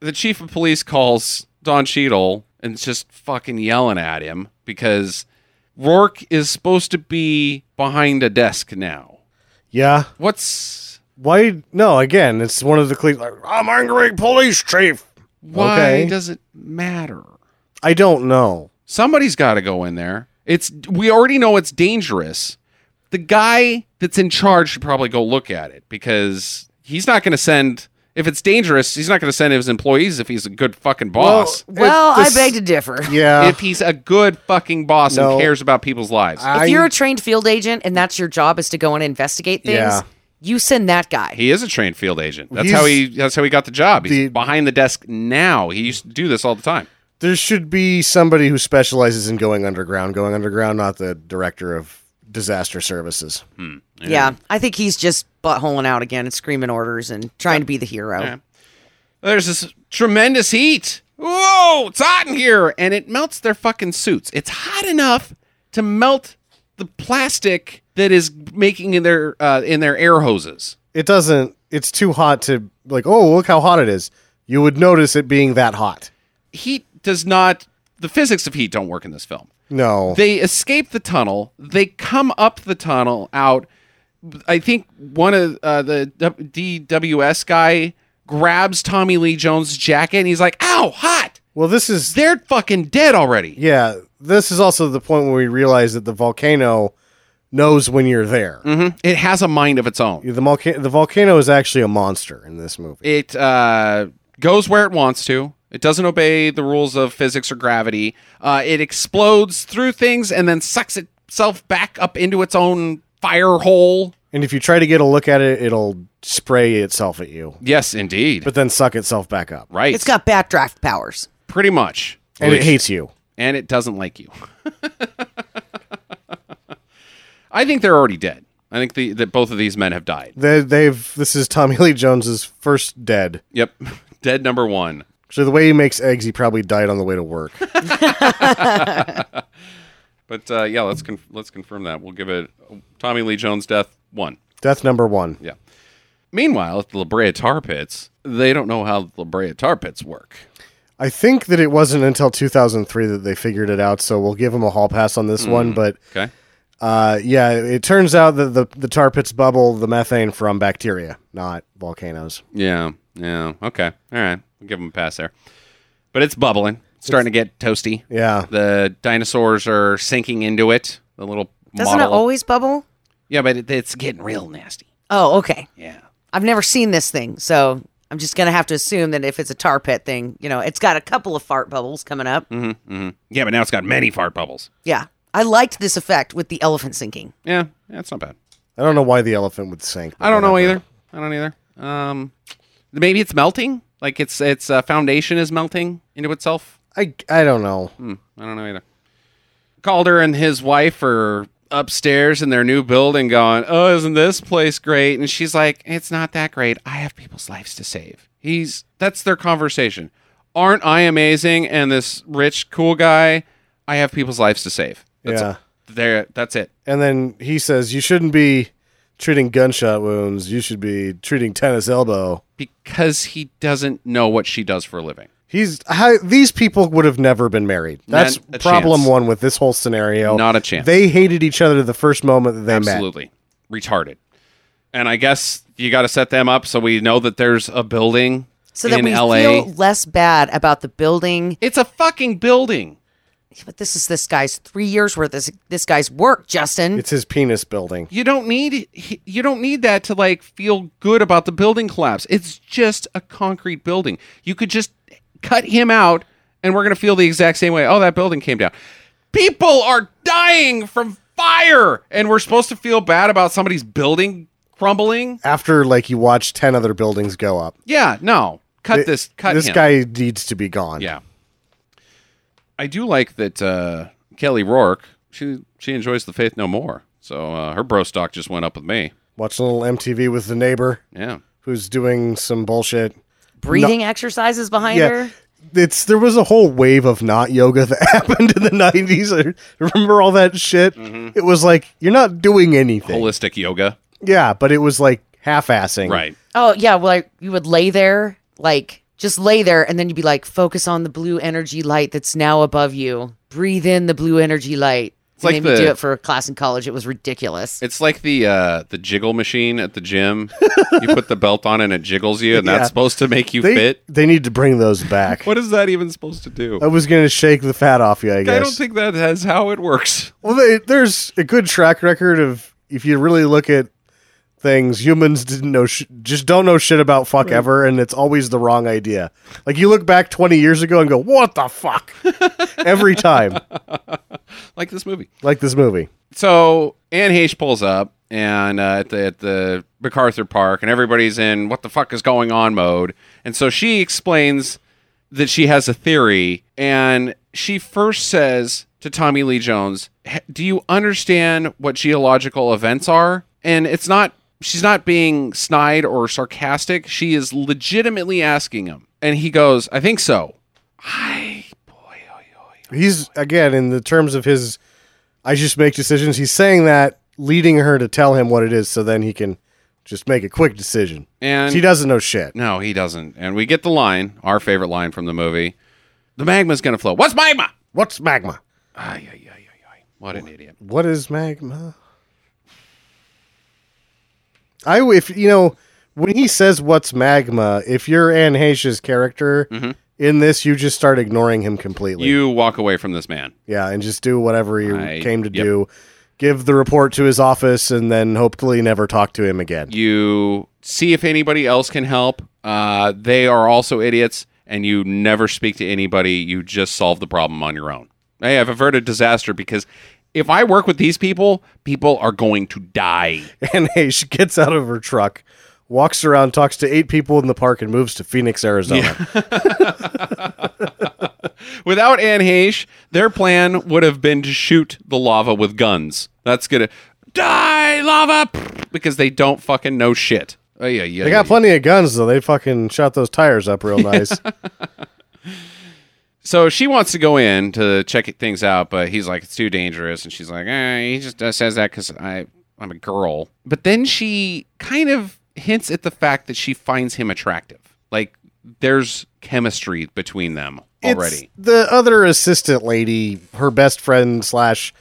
A: the chief of police calls Don Cheadle and is just fucking yelling at him because Rourke is supposed to be behind a desk now.
D: yeah.
A: What's
D: Why? No, again, it's one of the cle- like, I'm angry police chief.
A: why
D: Okay.
A: does it matter?
D: I don't know.
A: Somebody's got to go in there. It's we already know it's dangerous. The guy that's in charge should probably go look at it because he's not going to send if it's dangerous. He's not going to send his employees if he's a good fucking boss.
D: It-
C: Well,
D: this-
C: I beg to differ.
D: Yeah,
A: if he's a good fucking boss
D: No.
A: and cares about people's lives.
D: I-
C: If you're a trained field agent and that's your job is to go and investigate things,
D: Yeah.
C: you send that guy.
A: he is a trained field agent. That's
D: He's-
A: how he that's how he got the job. He's
D: The-
A: behind the desk now. He used to do this all the time.
D: there should be somebody who specializes in going underground. Going underground, not the director of disaster services.
C: yeah. I think he's just buttholing out again and screaming orders and trying to be the hero.
A: Yeah. There's this tremendous heat. Whoa, it's hot in here. And it melts their fucking suits. It's hot enough to melt the plastic that is making in their uh, in their air hoses.
D: It doesn't. It's too hot to like. Oh, look how hot it is. you would notice it being that hot.
A: Heat does not. The physics of heat don't work in this film.
D: No.
A: They escape the tunnel. They come up the tunnel out. I think one of uh, the D- DWS guy grabs Tommy Lee Jones' jacket and he's like, "Ow, hot!"
D: well, this is
A: They're fucking dead already.
D: yeah, this is also the point where we realize that the volcano knows when you're there.
A: Mhm. It has a mind of its own.
D: The volcano the volcano is actually a monster in this movie.
A: It uh, goes where it wants to. It doesn't obey the rules of physics or gravity. Uh, it explodes through things and then sucks itself back up into its own fire hole.
D: And if you try to get a look at it, it'll spray itself at you,
A: Yes, indeed.
D: but then suck itself back up.
A: right.
C: It's got bat draft powers.
A: pretty much.
D: And it
A: Which-
D: hates you.
A: and it doesn't like you. I think they're already dead. I think the, that both of these men have died.
D: They, they've this is Tommy Lee Jones's first dead.
A: Yep, dead number one.
D: So the way he makes eggs, he probably died on the way to work.
A: But uh, yeah, let's con- let's confirm that. We'll give it Tommy Lee Jones death one.
D: Death number one.
A: Yeah. Meanwhile, at the La Brea Tar Pits, they don't know how the La Brea Tar Pits work.
D: I think that it wasn't until 2003 that they figured it out. So we'll give him a hall pass on
A: Mm.
D: this one. But
A: Okay.
D: uh, yeah, it turns out that the the tar pits bubble the methane from bacteria, not volcanoes.
A: Yeah. Yeah. Okay. All right. We'll give them a pass there. But it's bubbling. It's starting to get toasty.
D: Yeah,
A: The dinosaurs are sinking into it. The little
C: Doesn't
A: model.
C: it always bubble?
A: Yeah, but it, it's getting real nasty.
C: Oh, okay.
A: Yeah.
C: I've never seen this thing, so I'm just gonna have to assume that if it's a tar pit thing, you know, it's got a couple of fart bubbles coming up.
A: Mm-hmm. Yeah, but now it's got many fart bubbles.
C: Yeah, I liked this effect with the elephant sinking.
A: Yeah, that's not bad.
D: I don't know why the elephant would sink. but
A: I don't know
D: whatever.
A: either. I don't either. Um, maybe it's melting. Like its its uh, foundation is melting into itself.
D: I I don't know.
A: Hmm, I don't know either. Calder and his wife are upstairs in their new building going, Oh, isn't this place great? And she's like, It's not that great. I have people's lives to save. He's that's their conversation. Aren't I amazing? And this rich, cool guy, I have people's lives to save. That's
D: Yeah.
A: There that's it.
D: And then he says, "You shouldn't be treating gunshot wounds. You should be treating tennis elbow."
A: Because he doesn't know what she does for a living.
D: He's how, these people would have never been married. That's
A: Not a
D: problem
A: chance.
D: one with this whole scenario.
A: Not a chance.
D: They hated each other the first moment that they met.
A: Absolutely. Retarded. And I guess you gotta set them up so we know that there's a building
C: So that
A: in
C: we
A: LA.
C: feel less bad about the building.
A: It's a fucking building.
C: But this is this guy's three years worth of this guy's work, Justin.
D: It's his penis building.
A: You don't need he- you don't need that to like feel good about the building collapse. It's just a concrete building. You could just cut him out and we're going to feel the exact same way. Oh, that building came down. People are dying from fire and we're supposed to feel bad about somebody's building crumbling?
D: After like you watch ten other buildings go up,
A: Yeah, no. Cut this cut
D: this
A: him.
D: guy needs to be gone.
A: Yeah. I do like that uh, Kelly Rourke, she she enjoys the faith no more. So uh, her bro stock just went up with me.
D: watching a little MTV with the neighbor
A: Yeah.
D: who's doing some bullshit.
C: Breathing exercises behind
D: Yeah,
C: her.
D: it's there was a whole wave of not yoga that happened in the nineties. I remember all that shit.
A: Mm-hmm.
D: It was like you're not doing anything.
A: Holistic yoga.
D: yeah, but it was like half-assing.
A: Right.
C: Oh yeah, well like, you would lay there, like just lay there, and then you'd be like, focus on the blue energy light that's now above you. Breathe in the blue energy light. It's
A: like
C: made me do
A: the-
C: it for a class in college. It was ridiculous.
A: It's like the uh, the jiggle machine at the gym. you put the belt on and it jiggles you, and
D: Yeah.
A: that's supposed to make you
D: They
A: fit.
D: they need to bring those back.
A: What is that even supposed to do?
D: I was gonna shake the fat off you. I guess.
A: I don't think that has how it works.
D: Well, they, there's a good track record of if you really look at things, humans didn't know, sh- just don't know shit about fuck ever, and it's always the wrong idea. Like you look back 20 years ago and go, "What the fuck?" Every time,
A: Like this movie.
D: like this movie.
A: So Anne Heche pulls up and uh, at the at the MacArthur Park, and everybody's in what the fuck is going on mode. And so she explains that she has a theory, and she first says to Tommy Lee Jones, "H- "Do you understand what geological events are?" And it's not she's not being snide or sarcastic. She is legitimately asking him, and he goes, "I think so." I
D: He's again in the terms of his I just make decisions. He's saying that leading her to tell him what it is so then he can Just make a quick decision.
A: And
D: she doesn't know shit.
A: No, he doesn't. And we get the line, our favorite line from the movie. The magma's gonna flow. What's magma?
D: What's magma?
A: Ay, ay, ay, ay, ay. What an idiot.
D: What is magma? I w- if you know when he says what's magma, if you're Anne Heche's character in this, you just start ignoring him completely.
A: Mm-hmm. You walk away from this man.
D: yeah, and just do whatever you
A: I-
D: came to
A: yep.
D: do. Give the report to his office, and then hopefully never talk to him again.
A: You see if anybody else can help. Uh, they are also idiots, and you never speak to anybody. You just solve the problem on your own. Hey, I've averted disaster because if I work with these people, people are going to die.
D: And hey, she gets out of her truck, walks around, talks to eight people in the park, and moves to Phoenix, Arizona.
A: Without Anne Heche, their plan would have been to shoot the lava with guns. That's gonna die lava because they don't fucking know shit. Oh yeah, yeah.
D: They got plenty of guns, though. They fucking shot those tires up real nice.
A: So she wants to go in to check things out, but he's like, "It's too dangerous," and she's like, eh, "He just uh, says that because I I'm a girl." But then she kind of hints at the fact that she finds him attractive. Like there's chemistry between them already.
D: It's the other assistant lady, her best friend slash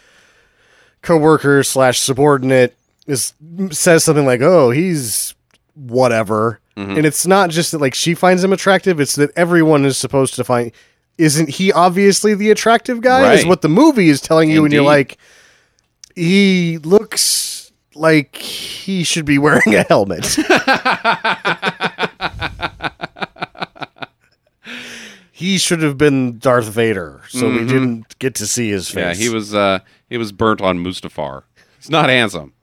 D: coworker slash subordinate, is says something like, "Oh, he's whatever,"
A: Mm-hmm.
D: and it's not just that like she finds him attractive; it's that everyone is supposed to find. Isn't he obviously the attractive guy? Is
A: Right.
D: what the movie is telling you, and you're
A: Indeed.
D: like, he looks like he should be wearing a helmet. he should have been Darth Vader, so we didn't get to see his
A: Mm-hmm. Yeah,
D: face.
A: he was uh he was burnt on Mustafar. He's not handsome.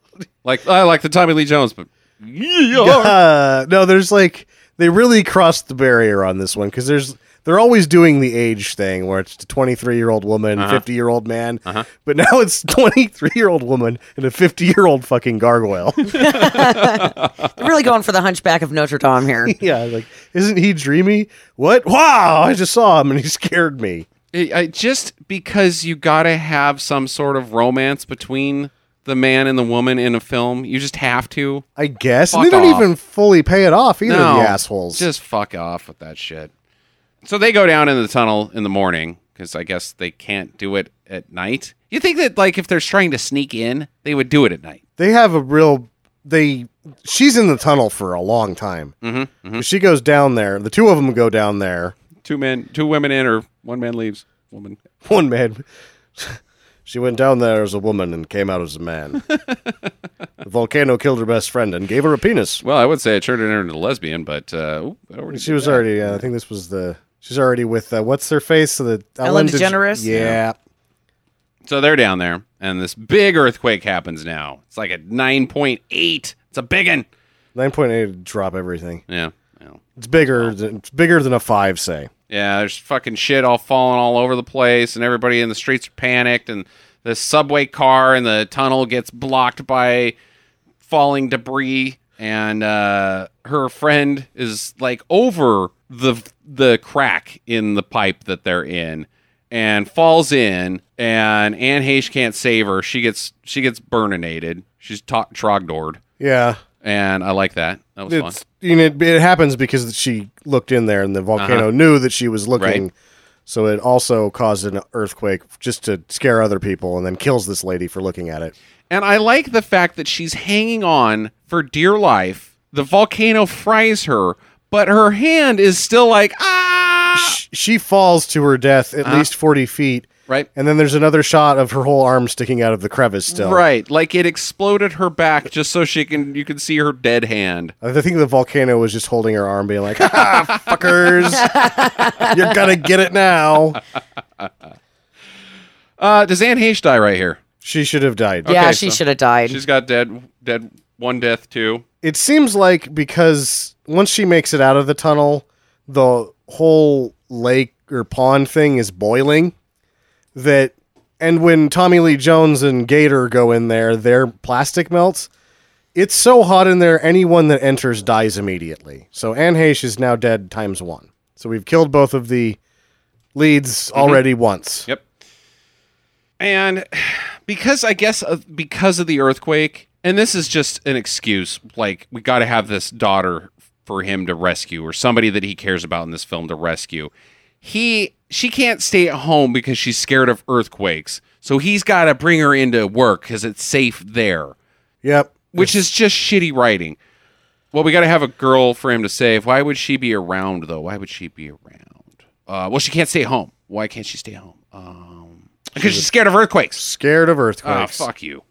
A: Like I like the Tommy Lee Jones, but
D: Uh, no, there's like they really crossed the barrier on this one because there's they're always doing the age thing where it's a 23 year old woman,
A: Uh-huh.
D: 50 year old man, but now it's 23 year old woman and a 50 year old fucking gargoyle.
C: They're really going for the Hunchback of Notre Dame here.
D: yeah, like isn't he dreamy? What? Wow! I just saw him and he scared me.
A: I- I- just because you gotta have some sort of romance between the man and the woman in a film, you just have to.
D: I guess and
A: Fuck
D: they don't
A: off.
D: even fully pay it off either.
A: No,
D: the assholes.
A: Just fuck off with that shit. So they go down in the tunnel in the morning because I guess they can't do it at night. You think that like if they're trying to sneak in, they would do it at night.
D: they have a real they she's in the tunnel for a long time mm-hmm, she goes down there the two of them go down there
A: Two men, two women in, or one man leaves. Woman.
D: one man she went down there as a woman and came out as a man the volcano killed her best friend and gave her a penis
A: Well, I would say it turned her into a lesbian, but uh, ooh, I already
D: she
A: did
D: was
A: that.
D: already uh, i think this was the she's already with uh, what's her face so the
C: Ellen
D: Dege-
C: DeGeneres?
D: yeah
A: So they're down there, and this big earthquake happens now. It's like a 9.8. It's a big one.
D: 9.8 would drop everything
A: Yeah. well,
D: it's bigger than it's bigger than a five say
A: Yeah, there's fucking shit all falling all over the place, and everybody in the streets are panicked, and the subway car in the tunnel gets blocked by falling debris, and uh, her friend is like over the the crack in the pipe that they're in, and falls in, and Anne Heche can't save her. She gets she gets burninated. She's to- trogdored,
D: yeah
A: and I like that. That was fun.
D: it's you know it, it happens because she looked in there and the volcano knew that she was looking
A: Right.
D: so it also caused an earthquake just to scare other people and then kills this lady for looking at it
A: And I like the fact that she's hanging on for dear life. The volcano fries her, but her hand is still like, ah!
D: Sh- she falls to her death at least 40 feet
A: Uh-huh. Right?
D: and then there's another shot of her whole arm sticking out of the crevice still
A: Right. Like it exploded her back just so she can, you can see her dead hand.
D: i think the volcano was just holding her arm being like "Ha ha, fuckers you're gonna get it now
A: Uh, does Anne Heche die right here?
D: she should have died
C: yeah,
A: Okay,
C: she
A: so
C: should have died.
A: She's got dead, dead, one death, two.
D: it seems like because once she makes it out of the tunnel, the whole lake or pond thing is boiling. That and when Tommy Lee Jones and Gator go in there, their plastic melts. It's so hot in there, anyone that enters dies immediately. So Anne Heche is now dead times one. So we've killed both of the leads
A: Mm-hmm.
D: already once.
A: Yep. And because I guess uh, because of the earthquake, And this is just an excuse. Like, we got to have this daughter for him to rescue or somebody that he cares about in this film to rescue. He she can't stay at home because she's scared of earthquakes. So he's got to bring her into work cuz it's safe there,
D: Yep.
A: which is just shitty writing. Well, we got to have a girl for him to save. Why would she be around though? Why would she be around? Uh, well, she can't stay home. Why can't she stay home? Um, because she's scared of earthquakes.
D: Scared of
A: Ah,
D: earthquakes.
A: fuck you.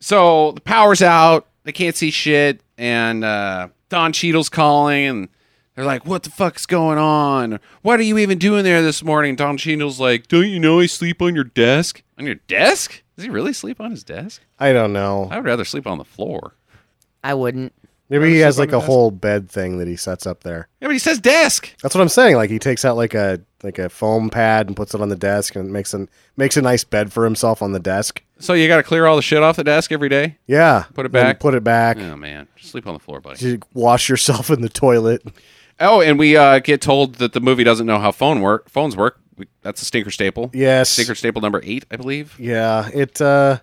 A: So the power's out. They can't see shit. And uh, Don Cheadle's calling, and they're like, "What the fuck's going on? What are you even doing there this morning?" Don Cheadle's like, "Don't you know I sleep on your desk? On your desk? Does he really sleep on his desk?
D: I don't know.
A: I would rather sleep on the floor."
C: I wouldn't.
D: Maybe he has like a whole bed thing that he sets up there.
A: Yeah, but he says desk.
D: That's what I'm saying. Like he takes out like a like a foam pad and puts it on the desk and makes an makes a nice bed for himself on the desk.
A: So you got to clear all the shit off the desk every day.
D: Yeah.
A: Put it
D: Then
A: back.
D: Put it back.
A: Oh man, just sleep on the floor, buddy.
D: Just wash yourself in the toilet.
A: Oh, and we uh, get told that the movie doesn't know how phone work. Phones work. We, that's a stinker staple.
D: Yes.
A: Stinker staple number eight, I believe.
D: Yeah, it uh,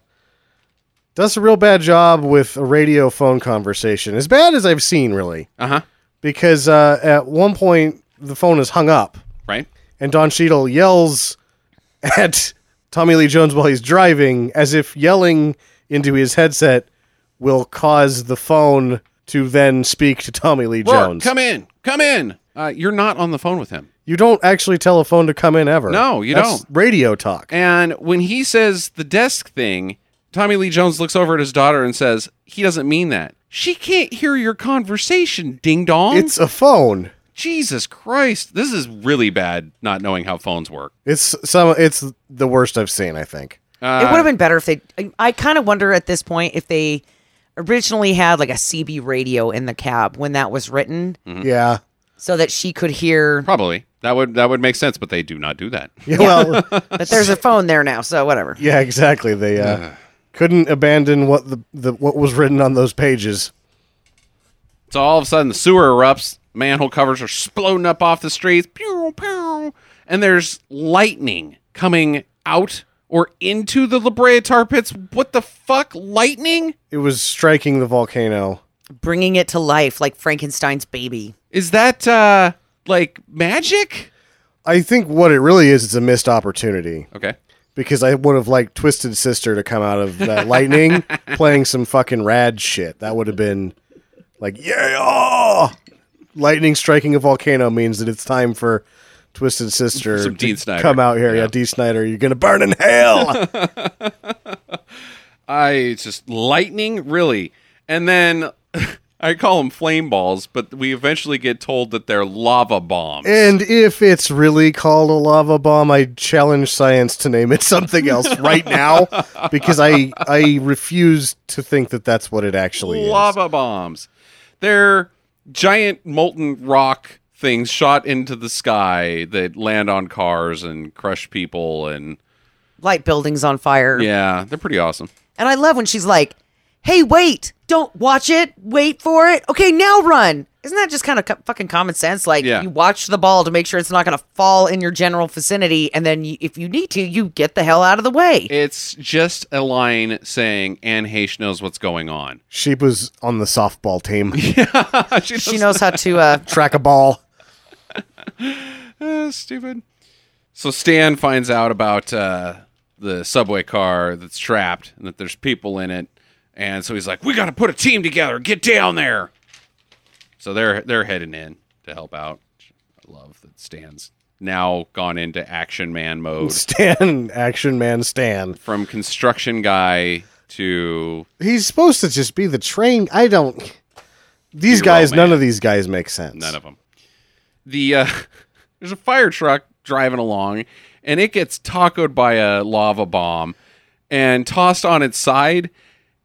D: does a real bad job with a radio phone conversation, as bad as I've seen, really.
A: Uh huh.
D: Because uh, at one point, the phone is hung up,
A: Right.
D: and Don Cheadle yells at Tommy Lee Jones while he's driving, as if yelling into his headset will cause the phone to then speak to Tommy Lee Jones.
A: come in. Come in. Uh, you're not on the phone with him.
D: You don't actually tell a phone to come in ever.
A: No, you don't.
D: Radio talk.
A: And when he says the desk thing, Tommy Lee Jones looks over at his daughter and says, he doesn't mean that. She can't hear your conversation, ding dong.
D: it's a phone.
A: Jesus Christ. This is really bad not knowing how phones work.
D: It's some. It's the worst I've seen. I think.
A: Uh,
C: it would have been better if they. I, I kind of wonder at this point if they originally had like a CB radio in the cab when that was written,
A: Hmm. Mm-hmm.
D: Yeah.
C: so that she could hear.
A: Probably. That would that would make sense, but they do not do that.
D: Yeah, well,
C: But there's a phone there now, so whatever.
D: yeah, exactly. They uh, couldn't abandon what the, the what was written on those pages.
A: So all of a sudden the sewer erupts, manhole covers are exploding up off the streets, pew pew, and there's lightning coming out or into the La Brea tar pits. What the fuck? Lightning?
D: It was striking the volcano.
C: Bringing it to life like Frankenstein's baby.
A: Is that uh like magic?
D: I think what it really is, it's a missed opportunity
A: Okay.
D: because I would have liked Twisted Sister to come out of that lightning playing some fucking rad shit. That would have been like, yeah, oh! lightning striking a volcano means that it's time for Twisted Sister
A: Some
D: to
A: Dean Snider.
D: come out here. Yeah. yeah, D. Snyder, you're gonna burn in hell.
A: I it's just lightning, really. And then I call them flame balls, but we eventually get told that they're lava bombs.
D: And if it's really called a lava bomb, I challenge science to name it something else right now because I I refuse to think that that's what it actually is.
A: lava bombs. They're giant molten rock things shot into the sky that land on cars and crush people and
C: Light buildings on fire.
A: yeah, they're pretty awesome.
C: And I love when she's like, hey, wait, don't watch it. Wait for it. Okay, now run. Isn't that just kind of co- fucking common sense? Like,
A: Yeah.
C: you watch the ball to make sure it's not going to fall in your general vicinity. And then you, if you need to, you get the hell out of the way.
A: It's just a line saying Anne Heche knows what's going on.
D: Sheep was on the softball team.
A: she
C: she knows how to, uh,
D: Track a ball.
A: Uh, stupid. So Stan finds out about uh, the subway car that's trapped and that there's people in it, and so he's like, "We got to put a team together. Get down there." So they're they're heading in to help out. I love that Stan's now gone into action man mode
D: Stan, action man Stan.
A: from construction guy to
D: He's supposed to just be the train. I don't. These
A: Hero
D: guys, none
A: man.
D: of these guys make sense.
A: None of them. The uh, there's a fire truck driving along, and it gets tacoed by a lava bomb and tossed on its side,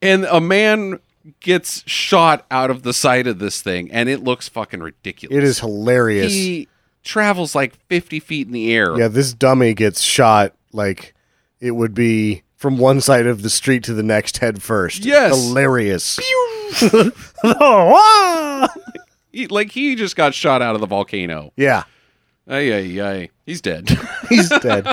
A: and a man gets shot out of the side of this thing, and it looks fucking ridiculous.
D: It is hilarious.
A: He travels like 50 feet in the air.
D: Yeah, this dummy gets shot like it would be from one side of the street to the next head first.
A: Yes.
D: Hilarious. Oh, ah!
A: He- like he just got shot out of the volcano.
D: yeah,
A: Ay, ay, ay. He's dead.
D: he's dead.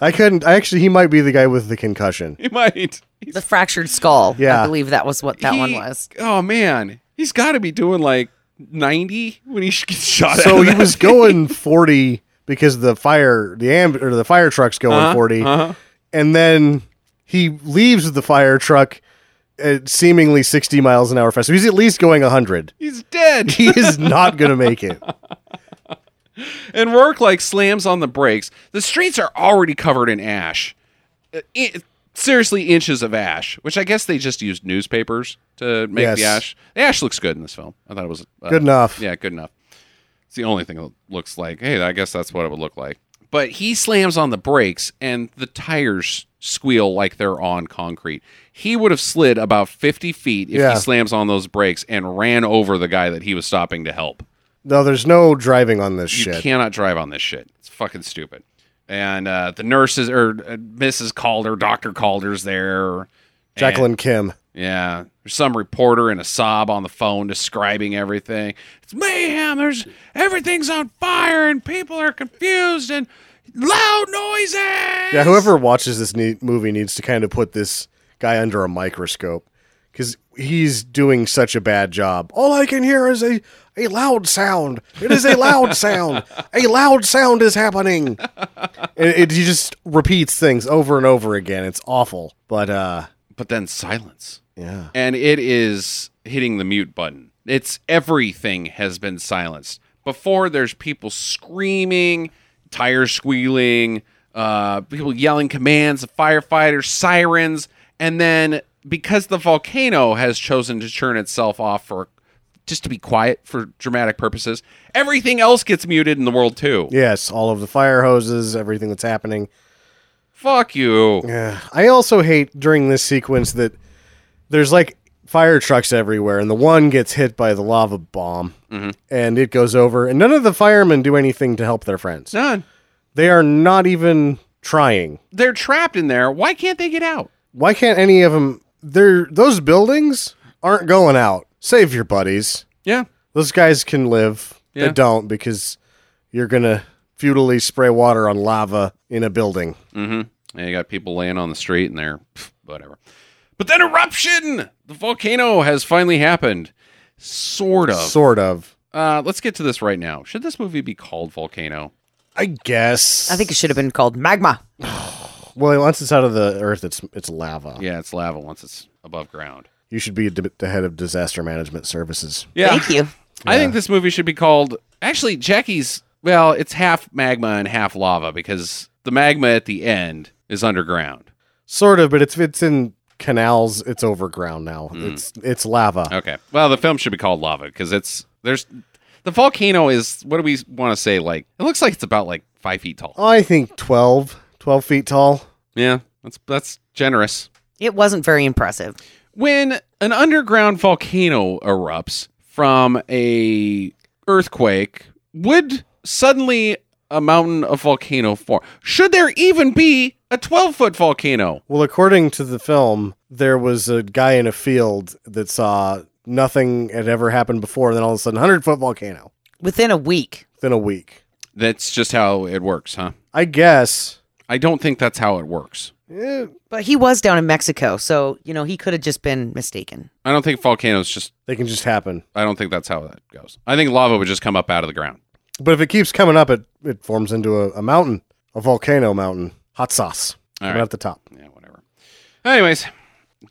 D: I couldn't. I actually, he might be the guy with the concussion.
A: He might. He's-
C: The fractured skull.
D: Yeah.
C: I believe that was what that one
A: he-
C: was.
A: Oh man, he's got to be doing like ninety when he sh- gets shot. out
D: So
A: of
D: he
A: that
D: was
A: thing.
D: going 40 because the fire, the amb- or the fire truck's going
A: Uh-huh,
D: 40,
A: uh-huh.
D: and then he leaves the fire truck at seemingly 60 miles an hour fast. So he's at least going 100.
A: He's dead.
D: He is not going to make it.
A: and Rourke like slams on the brakes. The streets are already covered in ash. Uh, i- seriously, inches of ash, which I guess they just used newspapers to make the
D: Yes.
A: ash. The ash looks good in this film. I thought it was uh,
D: Good enough.
A: Yeah, good enough. It's the only thing that looks like. Hey, I guess that's what it would look like. But he slams on the brakes, and the tires squeal like they're on concrete. He would have slid about fifty feet if
D: Yeah.
A: he slams on those brakes and ran over the guy that he was stopping to help.
D: No, there's no driving on this
A: You
D: shit.
A: cannot drive on this shit. It's fucking stupid. And uh, the nurses or uh, Mrs. Calder, Doctor Calder's there.
D: Jacqueline Kim.
A: And, yeah, there's some reporter and a sob on the phone describing everything. It's mayhem. There's everything's on fire and people are confused and loud noises.
D: Yeah, whoever watches this ne- movie needs to kind of put this guy under a microscope because he's doing such a bad job. All I can hear is a, a loud sound. It is a loud sound. A loud sound is happening. And it, he just repeats things over and over again. It's awful. But uh,
A: But then silence.
D: yeah,
A: and it is hitting the mute button. It's everything has been silenced. Before there's people screaming, tires squealing, uh, people yelling commands, firefighters, sirens, and then because the volcano has chosen to turn itself off for just to be quiet for dramatic purposes, everything else gets muted in the world too.
D: yes, all of the fire hoses, everything that's happening.
A: Fuck you.
D: Yeah. I also hate during this sequence that there's like fire trucks everywhere, and the one gets hit by the lava bomb
A: Mm-hmm.
D: and it goes over, and none of the firemen do anything to help their friends.
A: None.
D: They are not even trying.
A: They're trapped in there. Why can't they get out?
D: Why can't any of them? They're, those buildings aren't going out. Save your buddies.
A: Yeah.
D: Those guys can live.
A: Yeah.
D: They don't because you're going to futilely spray water on lava in a building.
A: Mm-hmm. And you got people laying on the street and they're pff, whatever. But then eruption! The volcano has finally happened. Sort of.
D: Sort of.
A: uh, let's get to this right now. Should this movie be called Volcano?
D: I guess.
C: I think it should have been called magma.
D: Well, once it's out of the earth, it's it's lava.
A: Yeah, it's lava once it's above ground.
D: You should be d- the head of disaster management services.
A: Yeah.
C: Thank you.
A: I think this movie should be called. Actually, Jackie's. Well, it's half magma and half lava because the magma at the end is underground.
D: Sort of, but it's it's in canals. It's overground now.
A: Mm.
D: It's it's lava.
A: Okay. Well, the film should be called Lava because it's there's the volcano is what do we want to say? Like it looks like it's about like five feet tall.
D: I think 12, 12 feet tall.
A: Yeah, that's that's generous.
C: It wasn't very impressive.
A: When an underground volcano erupts from a earthquake, would suddenly a mountain of volcano form? Should there even be a 12-foot volcano?
D: Well, according to the film, there was a guy in a field that saw nothing had ever happened before, and then all of a sudden, hundred foot volcano
C: Within a week,
D: within a week.
A: That's just how it works, huh?
D: I guess.
A: I don't think that's how it works.
D: eh,
C: but he was down in Mexico, so you know he could have just been mistaken.
A: I don't think volcanoes just
D: they can just happen.
A: I don't think that's how that goes. I think lava would just come up out of the ground.
D: But if it keeps coming up, it it forms into a, a mountain, a volcano mountain. Hot sauce.
A: All
D: Coming
A: right.
D: out the top.
A: Yeah, whatever. Anyways,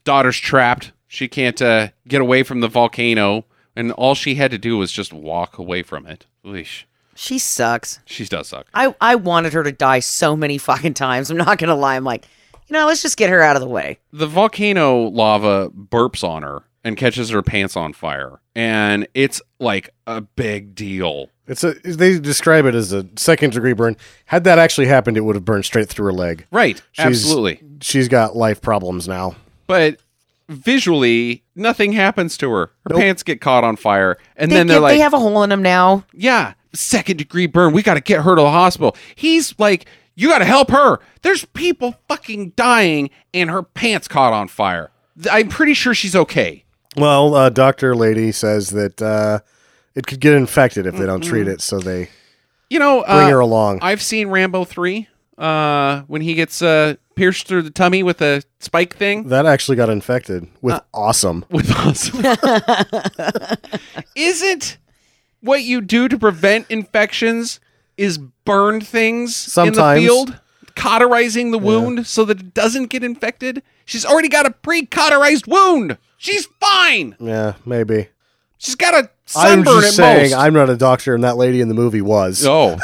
A: daughter's trapped. She can't uh, get away from the volcano, and all she had to do was just walk away from it. Leash.
C: She sucks.
A: She does suck.
C: I I wanted her to die so many fucking times. I'm not gonna lie. I'm like, you know, let's just get her out of the way.
A: The volcano lava burps on her and catches her pants on fire, and it's like a big deal.
D: It's a they describe it as a second degree burn. Had that actually happened, it would have burned straight through her leg.
A: Right.
D: She's-
A: absolutely.
D: She's got life problems now.
A: But visually, nothing happens to her. Her pants get caught on fire, and
C: They,
A: then
C: get,
A: they're like,
C: they have a hole in them now.
A: yeah, second degree burn. We got to get her to the hospital. He's like, you got to help her. There's people fucking dying, and her pants caught on fire. Th- I'm pretty sure she's okay.
D: Well, uh, Doctor Lady says that uh, it could get infected if they don't treat it, so they
A: You know, Mm-hmm. uh,
D: bring her along.
A: I've seen Rambo three. uh, when he gets uh, pierced through the tummy with a spike thing.
D: That actually got infected
A: Uh,
D: with awesome.
A: with awesome. Isn't what you do to prevent infections is burn things
D: Sometimes.
A: in the field, cauterizing the wound so that it doesn't get infected? She's already got a pre-cauterized wound. She's fine.
D: Yeah, maybe.
A: She's got a
D: I'm
A: sunburn
D: just
A: at
D: saying
A: most.
D: I'm not a doctor, and that lady in the movie was.
A: oh,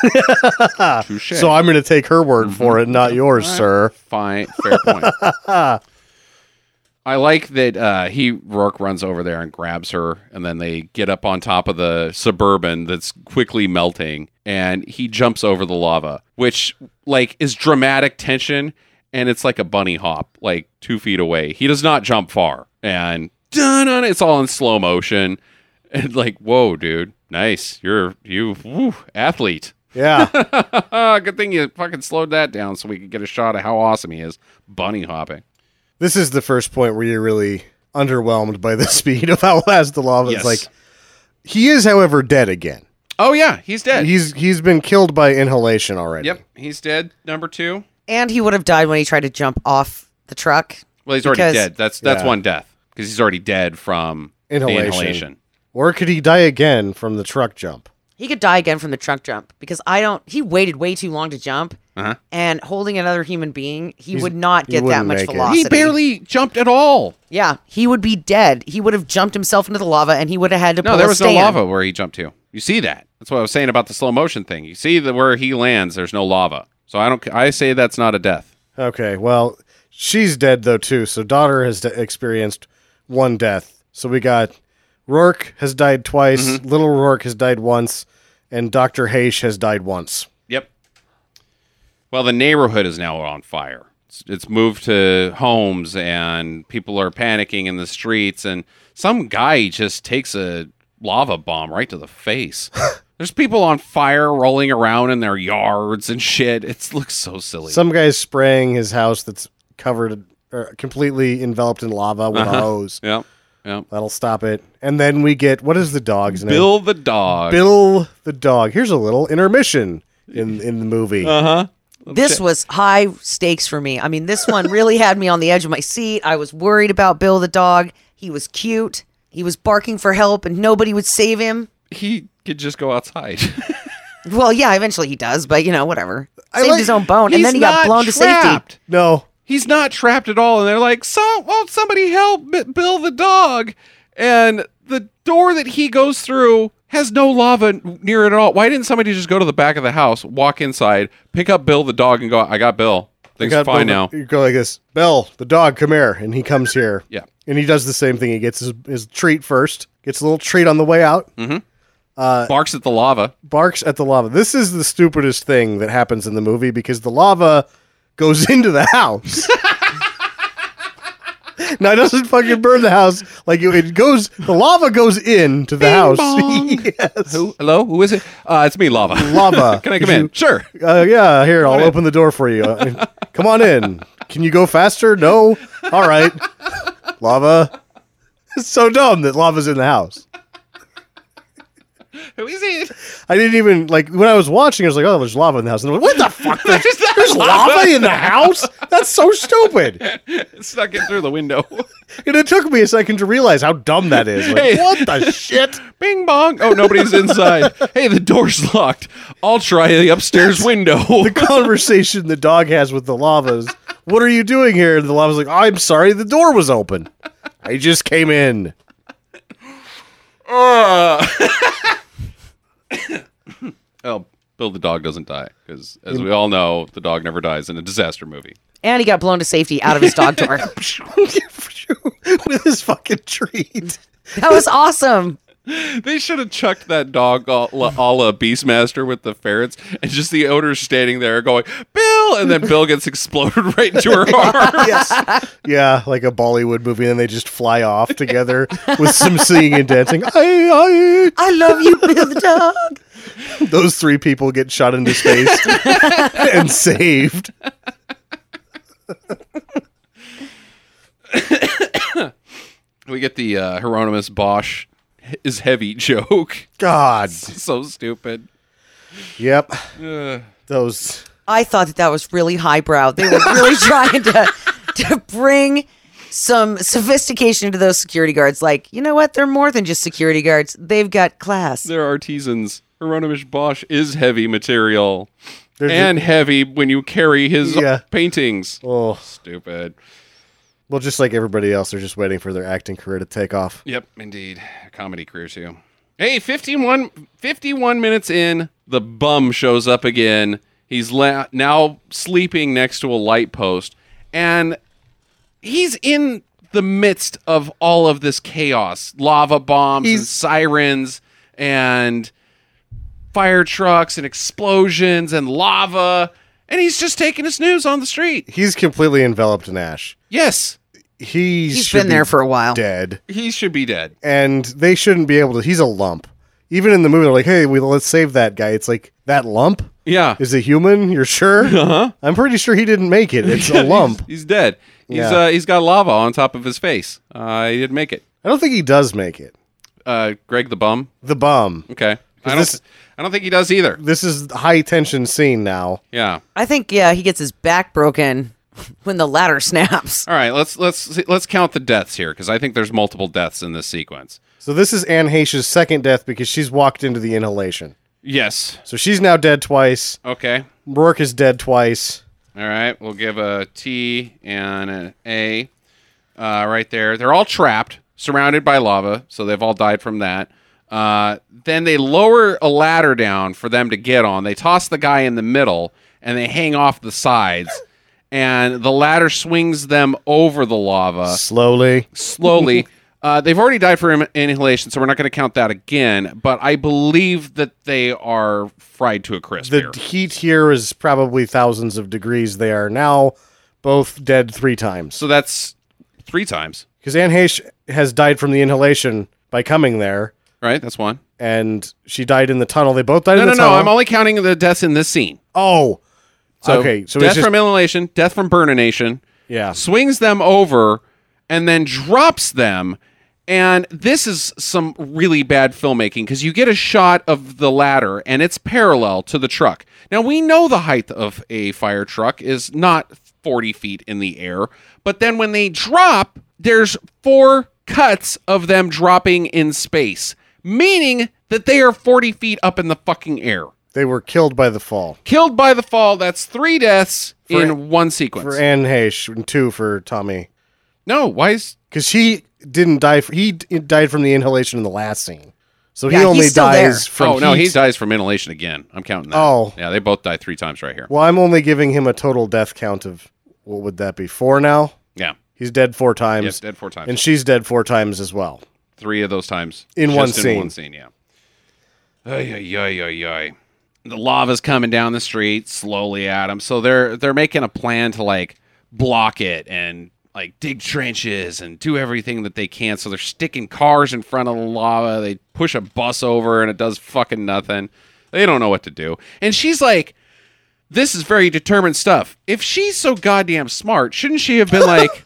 A: touche.
D: So I'm going to take her word for
A: Mm-hmm.
D: it, not yours, sir.
A: Fine, fair point. I like that uh, he Rourke runs over there and grabs her, and then they get up on top of the suburban that's quickly melting, and he jumps over the lava, which like is dramatic tension, and it's like a bunny hop, like two feet away. He does not jump far, and dun dun, it's all in slow motion, and like whoa, dude, nice, you're you woo, athlete.
D: Yeah.
A: Good thing you fucking slowed that down so we could get a shot of how awesome he is bunny hopping.
D: this is the first point where you're really underwhelmed by the speed of how fast the lava
A: Yes.
D: is. Like, he is, however, dead again.
A: Oh yeah, he's dead.
D: He's he's been killed by inhalation already.
A: yep, he's dead. Number two.
C: And he would have died when he tried to jump off the truck.
A: Well, he's already
C: Because-
A: dead. That's that's
D: Yeah.
A: one death because he's already dead from the
D: Inhalation.
A: inhalation.
D: Or could he die again from the truck jump?
C: He could die again from the truck jump because I don't. He waited way too long to jump,
A: Uh-huh.
C: and holding another human being, he would not
D: he
C: get that
D: wouldn't
C: much
D: make it.
C: velocity.
A: He barely jumped at all.
C: Yeah, he would be dead. He would have jumped himself into the lava, and he would have had to.
A: No,
C: pull
A: there
C: a
A: was
C: stand.
A: no lava where he jumped to. You see that? That's what I was saying about the slow motion thing. You see that where he lands, there's no lava. So I don't. ca- I say that's not a death.
D: Okay, well, she's dead though too. So daughter has de- experienced one death. So we got Rourke has died twice,
A: Mm-hmm.
D: Little Rourke has died once, and Doctor Haish has died once.
A: Yep. Well, the neighborhood is now on fire. It's, it's moved to homes, and people are panicking in the streets. And some guy just takes a lava bomb right to the face. There's people on fire rolling around in their yards and shit. It looks so silly.
D: Some guy's spraying his house that's covered or completely enveloped in lava with
A: Uh-huh.
D: a hose.
A: yep. Yep.
D: That'll stop it. And then we get what is the dog's name?
A: Bill the dog.
D: Bill the dog. Here's a little intermission in in the movie.
A: Uh-huh.
C: This was high stakes for me. I mean, this one really had me on the edge of my seat. I was worried about Bill the dog. He was cute. He was barking for help, and nobody would save him.
A: he could just go outside.
C: Well, yeah, eventually he does, but you know, whatever.
D: I
C: Saved
D: like-
C: his own bone,
A: He's
C: and then he got
A: not
C: blown to safety.
A: trapped.
D: no.
A: he's not trapped at all and they're like so won't somebody help B- bill the dog and the door that he goes through has no lava n- near it at all why didn't somebody just go to the back of the house walk inside pick up bill the dog and go i got bill things are
D: got
A: fine
D: Bill
A: now
D: the- You go like this, Bill, the dog, come here, and he comes here.
A: Yeah.
D: and he does the same thing. He gets his, his treat first, gets a little treat on the way out,
A: Mm-hmm.
D: Uh,
A: barks at the lava
D: barks at the lava. This is the stupidest thing that happens in the movie because the lava goes into the house. now it doesn't fucking burn the house like you, it goes. The lava goes into the house.
A: bong.
D: yes.
A: who hello who is it uh it's me lava
D: Lava.
A: can i come
D: Could
A: in
D: you-
A: sure
D: Uh, yeah, here, I'll open the door for you. Uh, Come on in. Can you go faster? No. All right. Lava. It's so dumb that lava's in the house.
A: who is it
D: I didn't even, like, when I was watching, I was like, oh, there's lava in the house. And I'm like, what the fuck? There's, there's lava in the house? That's so stupid.
A: stuck it through the window
D: And it took me a second to realize how dumb that is. Like,
A: Hey.
D: what the shit?
A: bing bong oh nobody's inside hey the door's locked i'll try the upstairs window
D: The conversation the dog has with the lava's, what are you doing here? And the lava's like, I'm sorry, the door was open. I just came in.
A: Uh. Oh, Bill the dog doesn't die because, as we all know, the dog never dies in a disaster movie.
C: And he got blown to safety out of his dog door.
D: with his fucking treat.
C: That was awesome.
A: They should have chucked that dog a la, a la Beastmaster with the ferrets, and just the owner standing there going, "Bill," and then Bill gets exploded right into her arm.
D: Yes. yeah, like a Bollywood movie, and then they just fly off together with some singing and dancing. Aye,
C: I love you, Bill the dog.
D: aye. Those three people get shot into space and saved.
A: We get the uh, Hieronymus Bosch is heavy joke.
D: God.
A: so stupid.
D: Yep.
A: Ugh.
D: Those
C: I thought that that was really highbrow. They were really trying to to bring some sophistication to those security guards. Like, you know what? They're more than just security guards. They've got class.
A: They're artisans. Hieronymus Bosch is heavy material.
D: There's
A: and heavy when you carry his
D: Yeah.
A: paintings.
D: Oh,
A: Stupid.
D: well, just like everybody else, they're just waiting for their acting career to take off.
A: Yep, indeed. Comedy career too. Hey, 51, 51 minutes in, the bum shows up again. He's la- now sleeping next to a light post, and he's in the midst of all of this chaos lava bombs and
D: He's-
A: sirens and fire trucks and explosions and lava. And he's just taking a snooze on the street.
D: He's completely enveloped in ash.
A: Yes,
D: He
C: He's
D: should
C: been
D: be
C: there for a while.
D: dead,
A: he should be dead.
D: and they shouldn't be able to. He's a lump. Even in the movie, they're like, "Hey, we let's save that guy." It's like that lump
A: Yeah.
D: is a human. You're sure? Uh-huh. I'm pretty sure he didn't make it. It's a lump.
A: He's, he's dead. He's
D: Yeah.
A: uh, he's got lava on top of his face. Uh, he didn't make it.
D: I don't think he does make it.
A: Uh, Greg the bum.
D: The bum.
A: Okay. I don't.
D: this-
A: I don't think he does either.
D: This is high tension scene now.
A: Yeah.
C: I think yeah, he gets his back broken when the ladder snaps.
A: All right. Let's let's let's count the deaths here because I think there's multiple deaths in this sequence.
D: So this is Anne Heche's second death because she's walked into the inhalation.
A: Yes.
D: So she's now dead twice.
A: Okay.
D: Rourke is dead twice.
A: All right. We'll give a T and an A. Uh, right there. They're all trapped, surrounded by lava, so they've all died from that. Uh, then they lower a ladder down for them to get on. They toss the guy in the middle, and they hang off the sides. And the ladder swings them over the lava
D: Slowly.
A: slowly. Uh, they've already died for in- inhalation, so we're not going to count that again. But I believe that they are fried to a crisp.
D: The
A: here.
D: heat here is probably thousands of degrees. They are now both dead three times.
A: So that's three times,
D: Because Anne Heche has died from the inhalation by coming there,
A: right? That's one.
D: and she died in the tunnel. They both died
A: No,
D: in
A: no,
D: the
A: no.
D: tunnel.
A: I'm only counting the deaths in this scene.
D: oh.
A: So
D: okay. So
A: death
D: it's just,
A: from inhalation, death from burnation,
D: Yeah.
A: swings them over, and then drops them. And this is some really bad filmmaking because you get a shot of the ladder and it's parallel to the truck. Now we know the height of a fire truck is not 40 feet in the air, but then when they drop, there's four cuts of them dropping in space, meaning that they are 40 feet up in the fucking air
D: They were killed by the fall.
A: killed by the fall. That's three deaths in one sequence.
D: For Anne Heche and two for Tommy.
A: no, why is
D: because he didn't die. f he d- died from the inhalation in the last scene, so
C: Yeah,
D: he
C: he's
D: only
C: still there.
D: dies from.
A: oh no,
D: heat.
A: he dies from inhalation again. I'm counting that.
D: Oh.
A: yeah, they both die three times right here.
D: Well, I'm only giving him a total death count of what would that be? Four now.
A: Yeah,
D: He's dead four times,
A: yep, dead four times.
D: and she's dead four times as well.
A: three of those times
D: In
A: just
D: one
A: In
D: scene.
A: one scene, yeah. Ay, ay, ay, ay, ay. The lava's coming down the street slowly at them, so they're they're making a plan to like block it and like dig trenches and do everything that they can. So they're sticking cars in front of the lava. They push a bus over and it does fucking nothing. They don't know what to do. And she's like, "This is very determined stuff." If she's so goddamn smart, shouldn't she have been like?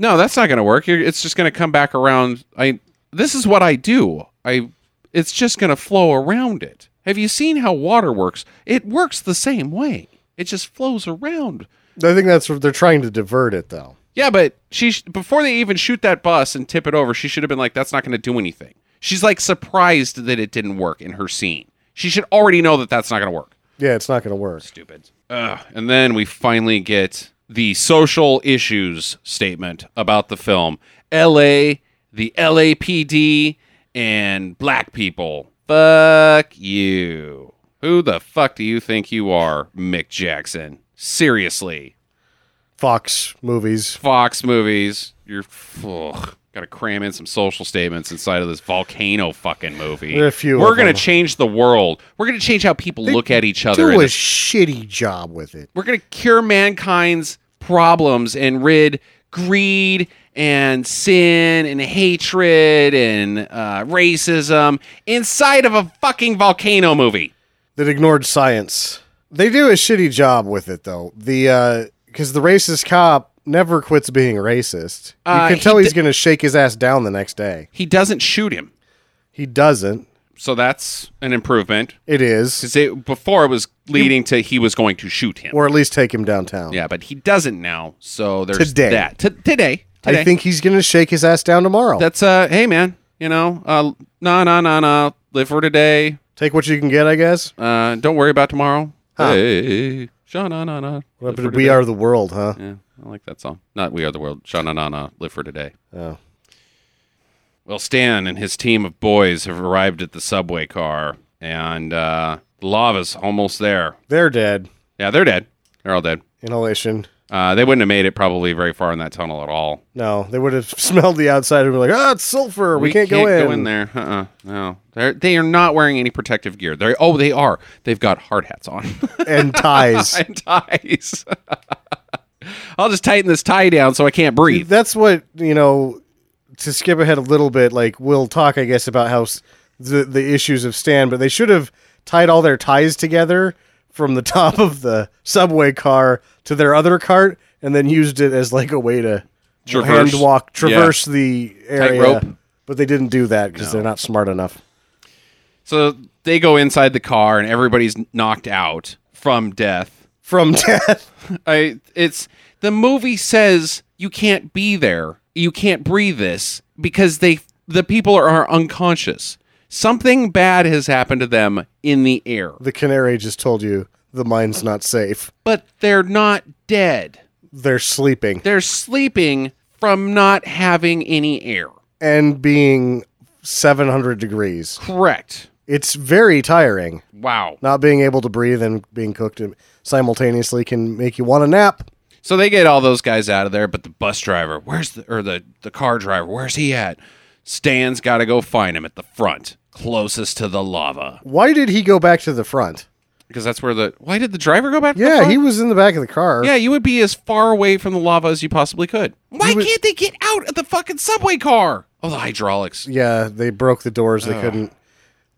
A: no, that's not going to work. You're, it's just going to come back around. I this is what I do. I it's just going to flow around it. Have you seen how water works? It works the same way. It just flows around.
D: I think that's what they're trying to divert it though.
A: Yeah, but she sh- before they even shoot that bus and tip it over, she should have been like, "That's not going to do anything." She's like surprised that it didn't work in her scene. She should already know that that's not going to work.
D: Yeah, it's not going to work.
A: Stupid. Ugh. And then we finally get the social issues statement about the film. LA, the LAPD, and black people. Fuck you. Who the fuck do you think you are, Mick Jackson? Seriously.
D: Fox movies.
A: Fox movies, you're ugh, gotta cram in some social statements inside of this volcano fucking movie.
D: There are a few
A: We're
D: of
A: gonna
D: them.
A: change the world. We're gonna change how people look at each other.
D: Do
A: and
D: a
A: the
D: shitty job with it.
A: we're going to cure mankind's problems and rid greed and sin and hatred and uh, racism inside of a fucking volcano movie.
D: that ignored science. They do a shitty job with it though. The because the racist cop never quits being racist. You
A: Uh,
D: can
A: he
D: tell
A: d-
D: he's going to shake his ass down the next day.
A: He doesn't shoot him.
D: He doesn't.
A: So that's an improvement.
D: It is,
A: Because before it was leading to he was going to shoot him.
D: or at least take him downtown.
A: yeah, but he doesn't now. So there's
D: Today.
A: that. T- today. Today.
D: I think he's gonna shake his ass down tomorrow.
A: that's uh hey man, you know, uh no no no no live for today.
D: Take what you can get, I guess.
A: Uh don't worry about tomorrow.
D: Huh.
A: Hey, sha na na na.
D: What
A: live
D: happened
A: for
D: to we
A: today.
D: are the world, huh?
A: Yeah, I like that song. Not We Are the World. Sha na na na live for today.
D: Oh.
A: Well, Stan and his team of boys have arrived at the subway car, and uh, lava's almost there.
D: They're dead.
A: Yeah, they're dead. They're all dead.
D: Inhalation.
A: Uh, they wouldn't have made it probably very far in that tunnel at all.
D: No, they would have smelled the outside and been like, "Ah, it's sulfur. We, can't, go in."
A: there. Uh-uh. No, they're they are not wearing any protective gear. They oh they are. They've got hard hats on
D: And ties.
A: and ties. I'll just tighten this tie down so I can't breathe.
D: That's what you know. To skip ahead a little bit, like we'll talk, I guess, about how s- the the issues of Stan, but they should have tied all their ties together from the top of the subway car to their other cart, and then used it as like a way to
A: Traverse.
D: hand walk,
A: Yeah.
D: traverse the area.
A: Tightrope.
D: But they didn't do that because they're not smart enough.
A: So they go inside the car and everybody's knocked out from death.
D: From death,
A: I it's the movie says you can't be there. You can't breathe this because they the people are, are unconscious. Something bad has happened to them in the air.
D: the canary just told you the mine's not safe.
A: But they're not dead.
D: They're sleeping.
A: They're sleeping from not having any air.
D: and being 700 degrees.
A: Correct.
D: It's very tiring.
A: Wow.
D: Not being able to breathe and being cooked simultaneously can make you want to nap.
A: So they get all those guys out of there, but the bus driver, where's the or the the car driver, where's he at? Stan's got to go find him at the front, closest to the lava,
D: Why did he go back to the front?
A: because that's where the. Why did the driver go back? to the
D: Yeah,
A: front?
D: he was in the back of the car.
A: Yeah, you would be as far away from the lava as you possibly could. Why
D: would-
A: can't they get out of the fucking subway car? Oh, the hydraulics.
D: Yeah, they broke the doors. They couldn't.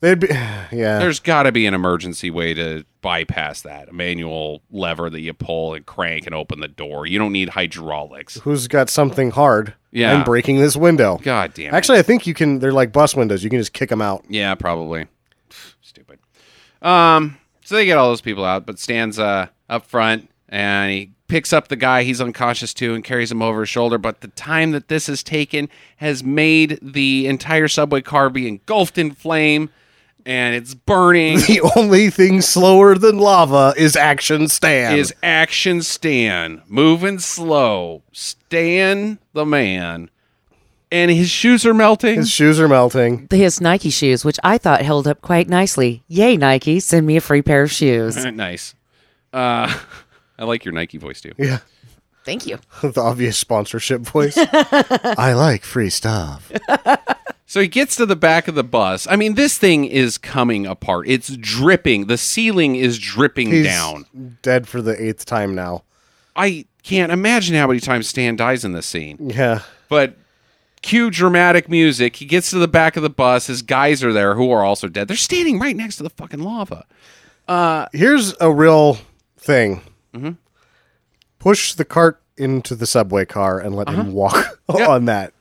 D: They'd be. Yeah.
A: Oh. There's got to be an emergency way to bypass that. A manual lever that you pull and crank and open the door. You don't need hydraulics.
D: Who's got something hard?
A: Yeah.
D: I'm breaking this window.
A: God damn it.
D: Actually, I think you can. They're like bus windows. You can just kick them out.
A: Yeah, probably. Stupid. Um, so they get all those people out, but Stan's uh, up front and he picks up the guy he's unconscious to and carries him over his shoulder. But the time that this has taken has made the entire subway car be engulfed in flame and it's burning.
D: The only thing slower than lava is action stand.
A: Is action Stan moving slow? Stan the man, and his shoes are melting.
D: His shoes are melting.
C: His Nike shoes, which I thought held up quite nicely. Yay, Nike, send me a free pair of shoes.
A: nice. Uh, I like your Nike voice too.
D: Yeah.
C: Thank you.
D: the obvious sponsorship voice. I like free stuff.
A: So he gets to the back of the bus. I mean, this thing is coming apart. It's dripping. The ceiling is dripping
D: He's
A: down.
D: dead for the eighth time now.
A: I can't imagine how many times Stan dies in this scene.
D: Yeah.
A: But cue dramatic music. He gets to the back of the bus. His guys are there who are also dead. They're standing right next to the fucking lava.
D: Here's a real thing.
A: Mm-hmm.
D: Push the cart into the subway car and let
A: Uh-huh.
D: him walk on that.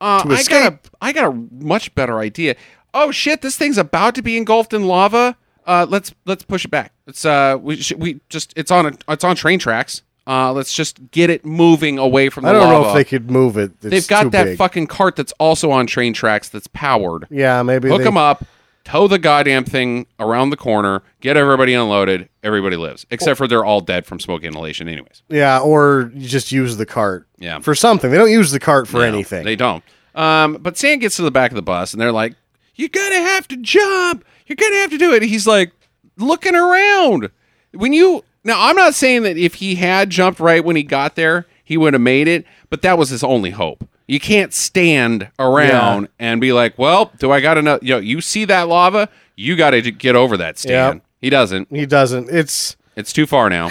A: Uh, I
D: To
A: got a,
D: escape.
A: I got a much better idea. Oh shit! This thing's about to be engulfed in lava. Uh, let's let's push it back. It's uh we sh- we just it's on a, it's on train tracks. Uh, let's just get it moving away from the
D: I don't
A: lava.
D: know if they could move it. It's
A: They've got
D: too
A: that
D: big.
A: fucking cart that's also on train tracks that's powered.
D: Yeah, maybe
A: Hook
D: they,
A: them up, tow the goddamn thing around the corner, get everybody unloaded. Everybody lives, except for they're all dead from smoke inhalation, anyways.
D: Yeah, or you just use the cart.
A: Yeah.
D: For something. They don't use the cart for
A: No,
D: anything.
A: They don't. Um, but Sam gets to the back of the bus and they're like, You're gonna have to jump. You're gonna have to do it. And he's like looking around. When you now I'm not saying that if he had jumped right when he got there, he would have made it, but that was his only hope. You can't stand around and be like, Well, do I got enough you know, you see that lava, you gotta j- get over that stand.
D: Yep.
A: He doesn't.
D: he doesn't. It's
A: It's too far now.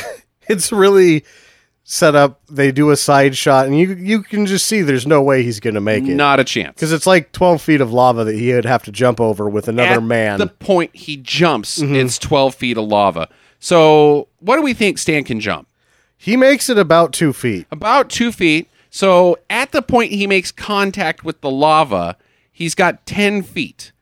D: it's really set up. They do a side shot and you you can just see there's no way he's gonna make it.
A: not a chance.
D: Because it's like 12 feet of lava that he would have to jump over with another
A: at
D: man. Mm-hmm.
A: The point he jumps, it's 12 feet of lava. So, what do we think Stan can jump?
D: he makes it about two feet.
A: About two feet. So, at the point he makes contact with the lava, he's got 10 feet.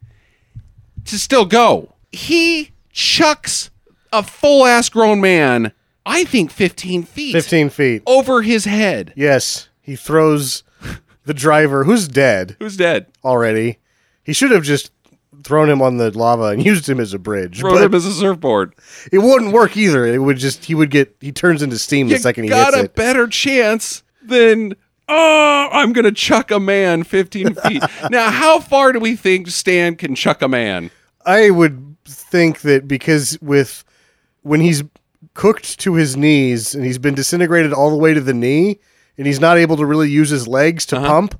A: to still go. He chucks a full ass grown man, I think 15 feet,
D: 15 feet.
A: over his head.
D: Yes, he throws the driver, who's dead
A: Who's dead?
D: already. He should have just thrown him on the lava and used him as a bridge,
A: Rode
D: but
A: him as a surfboard.
D: it wouldn't work either. It would just he would get he turns into steam the second he
A: got
D: hits
A: a
D: it.
A: better chance than oh i'm gonna chuck a man 15 feet now how far do we think stan can chuck a man
D: I would think that because with when he's cooked to his knees and he's been disintegrated all the way to the knee and he's not able to really use his legs to pump,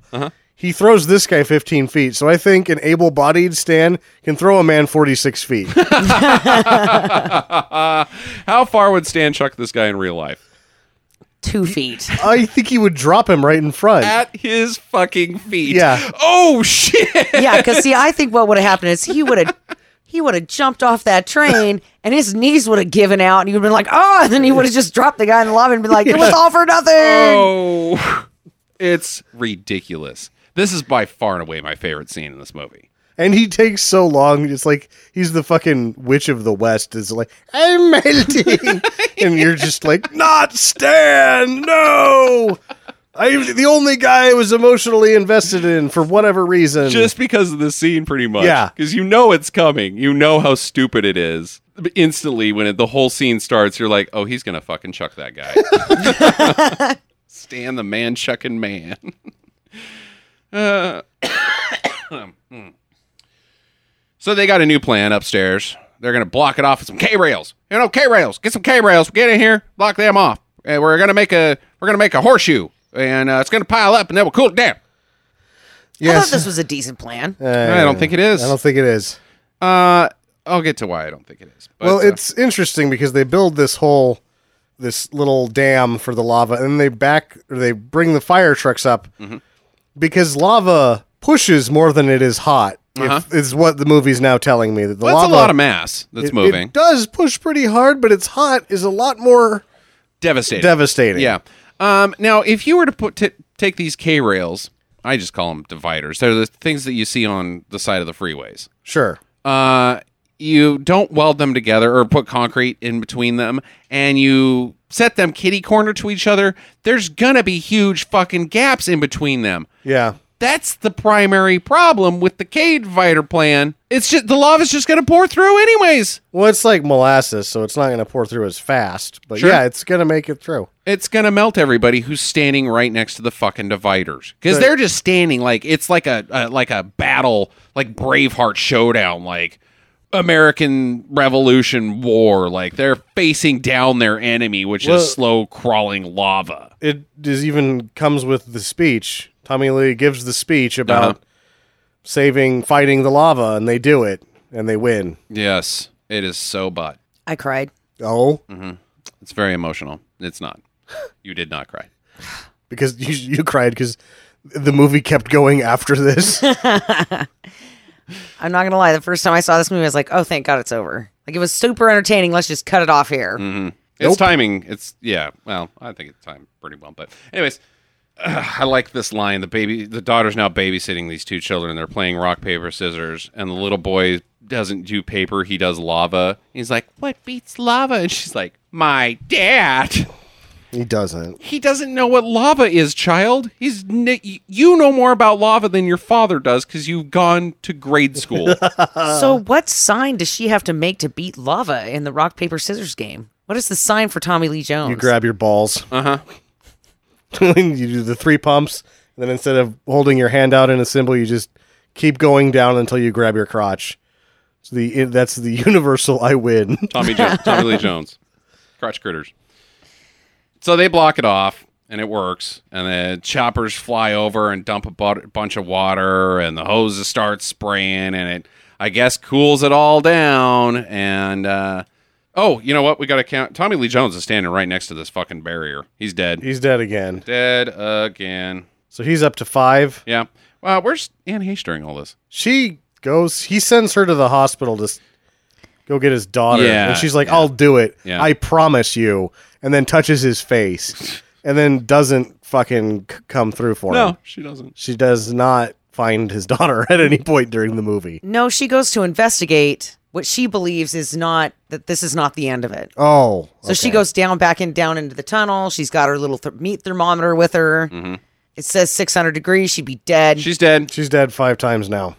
D: he throws this guy 15 feet. So I think an able bodied Stan can throw a man 46 feet.
A: how far would stan chuck this guy in real life
C: Two feet.
D: I think he would drop him right in front.
A: at his fucking feet
D: Yeah.
A: oh shit
C: yeah, because see, I think what would have happened is he would have he would have jumped off that train and his knees would have given out and he would have been like, oh, and then he would have just dropped the guy in the lava and been like, it was all for nothing.
A: oh it's ridiculous this is by far and away my favorite scene in this movie
D: and he takes so long. It's like he's the fucking witch of the west. Is like I'm melting, and you're just like not Stan. No, I the only guy I was emotionally invested in for whatever reason.
A: just because of the scene pretty much
D: Yeah.
A: because you know it's coming you know how stupid it is But instantly when it, the whole scene starts you're like oh he's gonna fucking chuck that guy stan the man chucking man Uh, hmm. so they got a new plan upstairs they're gonna block it off with some k-rails you know k-rails get some k-rails get in here block them off and we're gonna make a we're gonna make a horseshoe and uh, it's gonna pile up and then we'll cool it down
C: I thought
D: yes,
C: this was a decent plan.
A: I don't think it is.
D: I don't think it is.
A: Uh, I'll get to why I don't think it is. But,
D: Well,
A: uh,
D: it's interesting because they build this whole this little dam for the lava, and then they back or they bring the fire trucks up
A: Mm-hmm.
D: because lava pushes more than it is hot. if- Is what the movie's now telling me that the
A: Uh-huh. that's
D: lava
A: a lot of mass that's
D: it-
A: moving.
D: It does push pretty hard, but it's hot is a lot more
A: Devastating.
D: devastating.
A: Yeah. Um, now, if you were to put t- take these K rails, I just call them dividers. They're the things that you see on the side of the freeways.
D: Sure.
A: Uh, you don't weld them together or put concrete in between them, and you set them kitty corner to each other. There's gonna be huge fucking gaps in between them.
D: Yeah.
A: That's the primary problem with the K divider plan. It's just the lava's just gonna pour through anyways.
D: Well, it's like molasses, so it's not going to pour through as fast, but
A: Sure.
D: yeah, it's going to make it through.
A: it's gonna melt everybody who's standing right next to the fucking dividers because they're just standing like it's like a, a like a battle like braveheart showdown like american revolution war like they're facing down their enemy which
D: Well-
A: is slow crawling lava
D: It is even comes with the speech. Tommy Lee gives the speech about
A: Uh-huh.
D: saving, fighting the lava, and they do it, and they win.
A: yes it is so but
C: I cried.
D: Oh,
A: it's very emotional it's not you did not cry
D: because you, you cried because the movie kept going after this.
C: I'm not gonna lie. The first time I saw this movie, I was like, "Oh, thank God it's over!" Like it was super entertaining. Let's just cut it off here.
D: Mm-hmm.
A: It's
D: Nope.
A: timing. It's yeah. Well, I think it's timed pretty well. But anyways, ugh, I like this line. The baby, the daughter's now babysitting these two children. They're playing rock paper scissors, and the little boy doesn't do paper. He does lava. He's like, "What beats lava?" And she's like, "My dad.
D: he doesn't.
A: He doesn't know what lava is, child. He's n- you know more about lava than your father does because you've gone to grade school."
C: so, what sign does she have to make to beat lava in the rock paper scissors game? What is the sign for Tommy Lee Jones?
D: You grab your balls.
A: Uh-huh.
D: you do the three pumps, and then instead of holding your hand out in a symbol, you just keep going down until you grab your crotch. So the it, that's the universal I win.
A: Tommy Jones, Tommy Lee Jones, crotch critters. So they block it off, and it works. And the choppers fly over and dump a bu- bunch of water, and the hoses start spraying, and it, I guess, cools it all down. And uh, oh, you know what? We got to count. Tommy Lee Jones is standing right next to this fucking barrier. He's dead.
D: He's dead again.
A: dead again.
D: So he's up to five.
A: Yeah. Wow. Where's Anne Heche during all this?
D: She goes. He sends her to the hospital to s- go get his daughter,
A: Yeah,
D: and she's like,
A: yeah.
D: "I'll do it.
A: Yeah.
D: I promise you." And then touches his face, and then doesn't fucking c- come through for him.
A: Oh, No, she doesn't.
D: She does not find his daughter at any point during the movie.
C: No, she goes to investigate what she believes is not that this is not the end of it.
D: Oh,
C: So she goes down, back in, down into the tunnel. She's got her little th- meat thermometer with her.
A: Mm-hmm.
C: It says 600 degrees. She'd be dead.
A: She's dead.
D: She's dead five times now.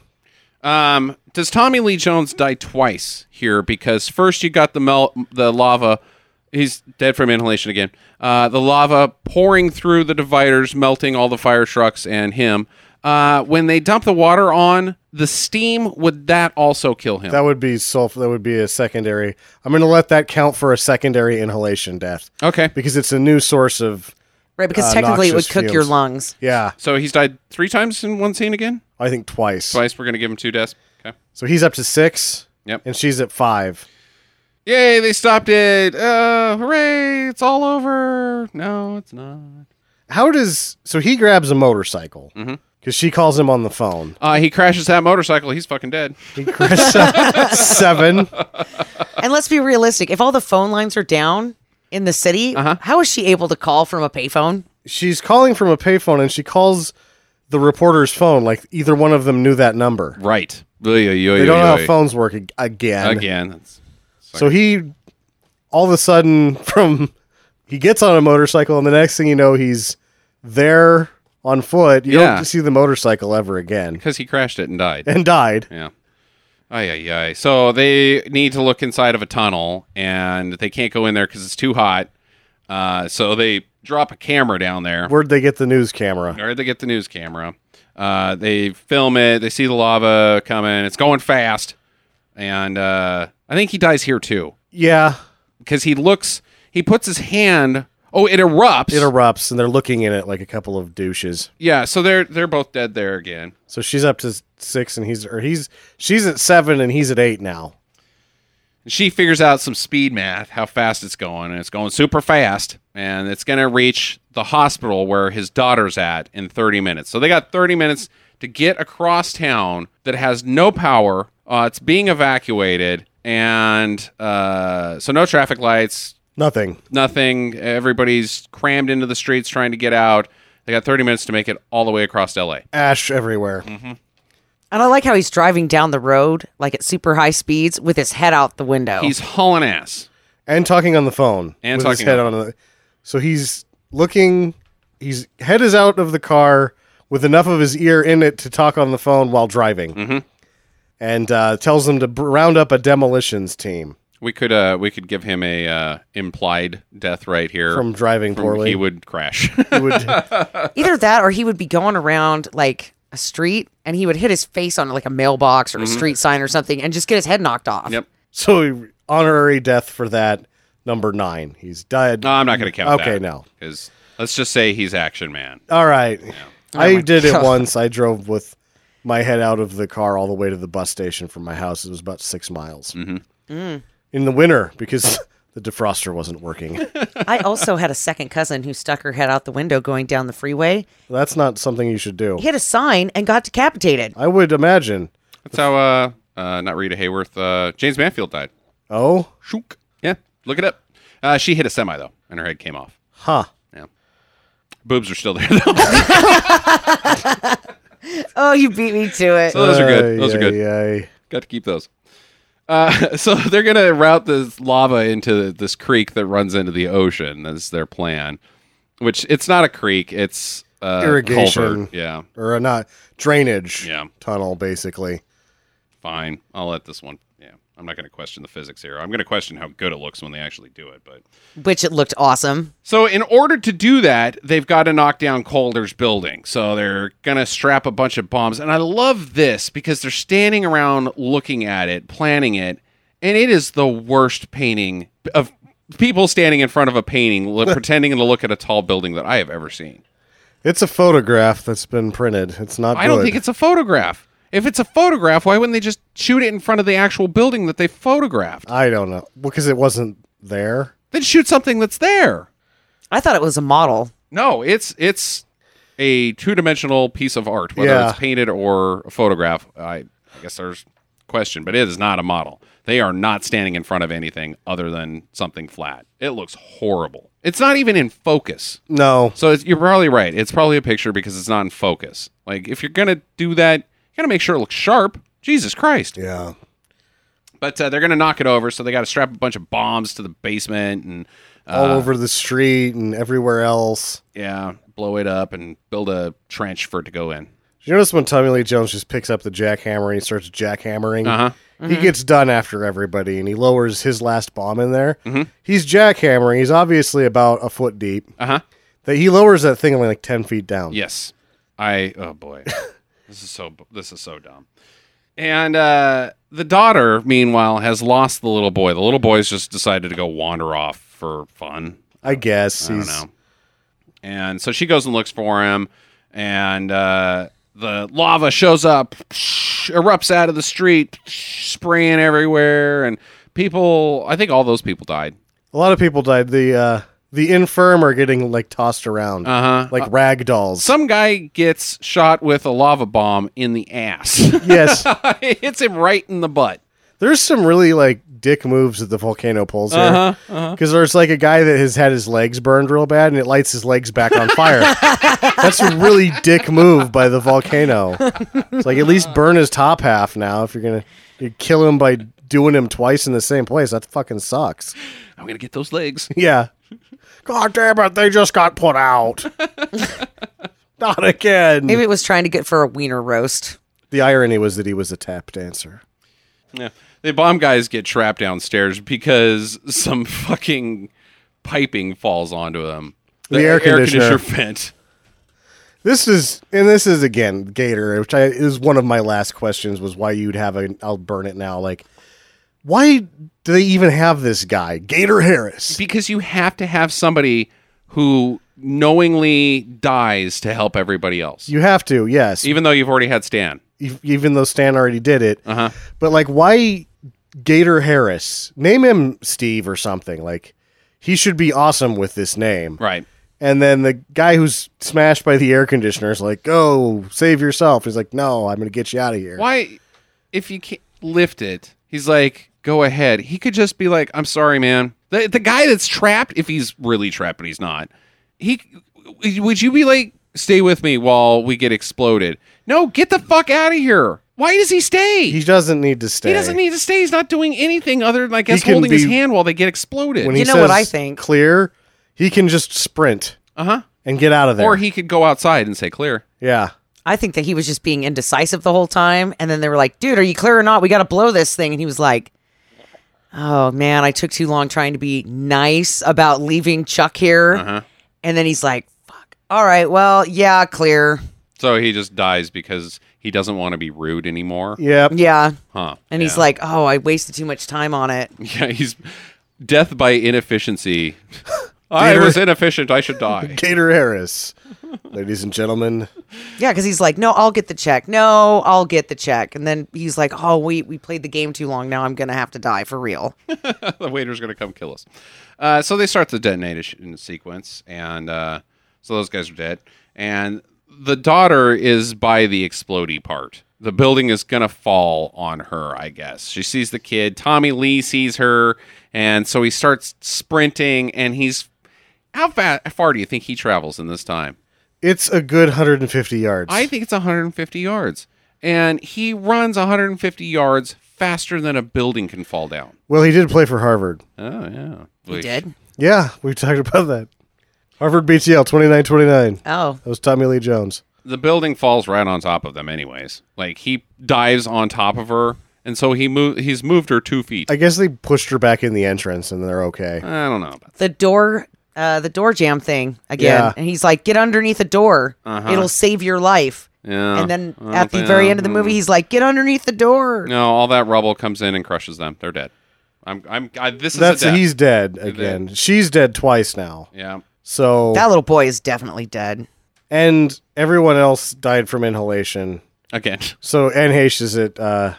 A: Um, does Tommy Lee Jones die twice here? Because first you got the mel- the lava. He's dead from inhalation again. Uh, the lava pouring through the dividers, melting all the fire trucks and him. Uh, when they dump the water on the steam, would that also kill him?
D: That would be sulfur. That would be a secondary. I'm going to let that count for a secondary inhalation death
A: okay,
D: because it's a new source of.
C: right, because
D: uh,
C: technically it would
D: noxious
C: cook your
D: fumes.
C: lungs.
D: Yeah,
A: so he's died three times in one scene again.
D: I think twice.
A: Twice. We're gonna give him two deaths. Okay.
D: So he's up to six.
A: Yep.
D: And she's at five.
A: Yay! They stopped it. Uh, hooray! It's all over. No, it's not.
D: How does so he grabs a motorcycle because she calls him on the phone.
A: Uh, he crashes that motorcycle. He's fucking dead.
D: He crashes up seven.
C: And let's be realistic. If all the phone lines are down in the city,
A: Uh-huh.
C: how is she able to call from a payphone?
D: She's calling from a payphone and she calls the reporter's phone. Like either one of them knew that number.
A: Right.
D: They don't know how phones work ag- again.
A: again. That's-
D: So he all of a sudden from he gets on a motorcycle and the next thing you know he's there on foot. You
A: Yeah.
D: don't see the motorcycle ever again.
A: Because he crashed it and died.
D: And died.
A: yeah. Ay, ay, ay. So they need to look inside of a tunnel, and they can't go in there because it's too hot. Uh, so they drop a camera down there.
D: Where'd they get the news camera?
A: Or they get the news camera. Uh, they film it. They see the lava coming. It's going fast. And uh, I think he dies here, too.
D: Yeah.
A: Because he looks, he puts his hand. Oh, it erupts.
D: It er- erupts and they're looking in it like a couple of douches.
A: yeah, so they're they're both dead there again.
D: So she's up to six and he's or he's she's at seven and he's at eight now.
A: she figures out some speed math, how fast it's going, and it's going super fast, and it's going to reach the hospital where his daughter's at in 30 minutes. So they got 30 minutes to get across town that has no power. Uh, it's being evacuated, and uh, so no traffic lights,
D: Nothing.
A: nothing. Everybody's crammed into the streets trying to get out. They got 30 minutes to make it all the way across LA.
D: Ash everywhere.
C: And I like how he's driving down the road, like at super high speeds, with his head out the window.
A: He's hauling ass.
D: And talking on the phone.
A: And
D: with his
A: talking
D: head
A: on-
D: on the So he's looking he's head is out of the car with enough of his ear in it to talk on the phone while driving.
A: Mm-hmm.
D: And uh, tells them to b- round up a demolitions team
A: We could uh, we could give him a uh, implied death right here.
D: from driving poorly.
A: he would crash.
D: He would-
C: Either that or he would be going around like a street and he would hit his face on like a mailbox or a street sign or something and just get his head knocked off.
A: Mm-hmm. Yep.
D: so honorary death for that number nine. He's dead.
A: No, I'm not going to count that.
D: Okay, no.
A: Because let's just say he's Action Man.
D: All right.
C: my
D: I did
C: God.
D: it once. I drove with my head out of the car all the way to the bus station from my house. It was about six miles
A: Mm-hmm.
D: in the winter because the defroster wasn't working.
C: I also had a second cousin who stuck her head out the window going down the freeway,
D: That's not something you should do.
C: hit a sign, and got decapitated.
D: I would imagine.
A: That's how, uh, uh not Rita Hayworth, uh, James Manfield died.
D: Oh,
A: Shook. Yeah. Look it up. Uh, she hit a semi, though, and her head came off.
D: huh.
A: Yeah. Boobs are still there, though.
C: Oh, you beat me to it.
A: So those are good. Those are good. Got to keep those. Uh, so they're going to route this lava into this creek that runs into the ocean. That's their plan, which it's not a creek. It's uh,
D: Irrigation.
A: culvert. Yeah.
D: Or a not drainage
A: Yeah.
D: tunnel, basically.
A: fine. I'll let this one. Yeah, I'm not going to question the physics here. I'm going to question how good it looks when they actually do it. But
C: Which it looked awesome.
A: so, in order to do that, they've got to knock down Calder's building. So they're going to strap a bunch of bombs. And I love this because they're standing around looking at it, planning it, and it is the worst painting of people standing in front of a painting, li- pretending to look at a tall building that I have ever seen.
D: It's a photograph that's been printed. It's not.
A: I don't
D: good.
A: think it's a photograph. If it's a photograph, why wouldn't they just shoot it in front of the actual building that they photographed?
D: I don't know because it wasn't there.
A: Then shoot something that's there.
C: I thought it was a model.
A: No, it's it's a two dimensional piece of art, whether
D: Yeah.
A: it's painted or a photograph. I, I guess there's question, but it is not a model. They are not standing in front of anything other than something flat. It looks horrible. It's not even in focus.
D: No.
A: So it's, you're probably right. It's probably a picture because it's not in focus. Like if you're gonna do that, you gotta make sure it looks sharp. Jesus Christ!
D: Yeah.
A: But uh, they're gonna knock it over, so they got to strap a bunch of bombs to the basement and uh,
D: All over the street and everywhere else.
A: yeah, blow it up and build a trench for it to go in.
D: Did you notice when Tommy Lee Jones just picks up the jackhammer and he starts jackhammering?
A: Uh huh.
D: He gets done after everybody and he lowers his last bomb in there.
A: Mm-hmm.
D: He's jackhammering. He's obviously about a foot deep.
A: Uh huh.
D: That he lowers that thing only like 10 feet down.
A: Yes. I oh boy. this is so this is so dumb. And uh the daughter meanwhile has lost the little boy. The little boy's just decided to go wander off for fun.
D: I
A: I
D: guess.
A: don't
D: he's,
A: know. And so she goes and looks for him and uh the lava shows up, erupts out of the street, spraying everywhere and people I think all those people died.
D: A lot of people died. The uh, the infirm are getting like tossed around
A: Uh-huh.
D: like rag dolls.
A: Some guy gets shot with a lava bomb in the ass.
D: yes.
A: it hits him right in the butt.
D: There's some really like dick moves at the volcano poles here. Because there's like a guy that has had his legs burned real bad and it lights his legs back on fire. That's a really dick move by the volcano. It's like at least burn his top half now if you're gonna you kill him by doing him twice in the same place. That fucking sucks.
A: I'm gonna get those legs.
D: Yeah. God damn it, they just got put out. Not again.
C: Maybe it was trying to get for a wiener roast.
D: the irony was that he was a tap dancer.
A: Yeah. The bomb guys get trapped downstairs because some fucking piping falls onto them.
D: The air conditioner.
A: vent.
D: This is, and this is again Gator, which I is one of my last questions was why you'd have a. I'll burn it now. Like, why do they even have this guy, Gator Harris?
A: Because you have to have somebody who knowingly dies to help everybody else.
D: You have to, yes. Even,
A: even though you've already had Stan.
D: even though Stan already did it,
A: Uh-huh.
D: but like, why Gator Harris? Name him Steve or something. Like, he should be awesome with this name.
A: Right.
D: And then the guy who's smashed by the air conditioner is like, "Go save yourself." He's like, "No, I'm gonna get you out of here."
A: Why if you can't lift it, he's like, go ahead. He could just be like, I'm sorry, man. The the guy that's trapped, if he's really trapped, but he's not, he would you be like, stay with me while we get exploded? No, get the fuck out of here. Why does he stay?
D: He doesn't need to stay.
A: He doesn't need to stay. He's not doing anything other than, I guess,
D: can
A: holding his
D: be-
A: hand while they get exploded.
D: when he
C: You know what I
D: says
C: think?
D: Clear. He can just sprint
A: uh huh.
D: and get out of there.
A: Or he could go outside and say clear.
D: yeah.
C: I think that he was just being indecisive the whole time. And then they were like, dude, are you clear or not? We got to blow this thing. And he was like, oh, man, I took too long trying to be nice about leaving Chuck here.
A: Uh-huh.
C: And then he's like, fuck. All right. Well, yeah, clear.
A: So he just dies because he doesn't want to be rude anymore.
D: Yep.
C: Yeah.
A: Huh.
C: And he's
A: Yeah.
C: like, oh, I wasted too much time on it.
A: Yeah, he's death by inefficiency. I
D: Gator-
A: was inefficient. I should die.
D: Gator Harris, ladies and gentlemen.
C: Yeah, because he's like, no, I'll get the check. No, I'll get the check. And then he's like, oh, we, we played the game too long. Now I'm going to have to die for real.
A: the waiter's gonna come kill us. Uh, so they start the detonation sequence, and uh, so those guys are dead. And the daughter is by the explodey part. The building is gonna fall on her, I guess. She sees the kid. Tommy Lee sees her, and so he starts sprinting. And he's how fast? How far do you think he travels in this time?
D: It's a good 150 yards.
A: I think it's 150 yards. And he runs 150 yards faster than a building can fall down.
D: well, he did play for Harvard.
A: Oh, yeah.
C: He did?
D: Yeah, we talked about that. Harvard BTL 2929.
C: Oh,
D: That was Tommy Lee Jones.
A: The building falls right on top of them, anyways. Like, he dives on top of her. And so he moved, he's moved her two feet.
D: I
A: I,
D: guess they pushed her back in the entrance and they're okay.
A: don't know. about
C: the door uh the door jam thing again
D: Yeah.
C: and he's like get underneath the door it'll save your life
A: Yeah.
C: and then
A: Uh-huh. Uh, I don't
C: at the
A: think-
C: very end of the movie he's like get underneath the door
A: No, all that rubble comes in and crushes them. They're dead. I'm, I'm, I, this is
D: That's
A: a death.
D: he's dead again. She's dead twice now.
A: yeah.
D: So
C: that little boy is definitely dead
D: and everyone else died from inhalation.
A: Again.
D: So Anne Heche is at uh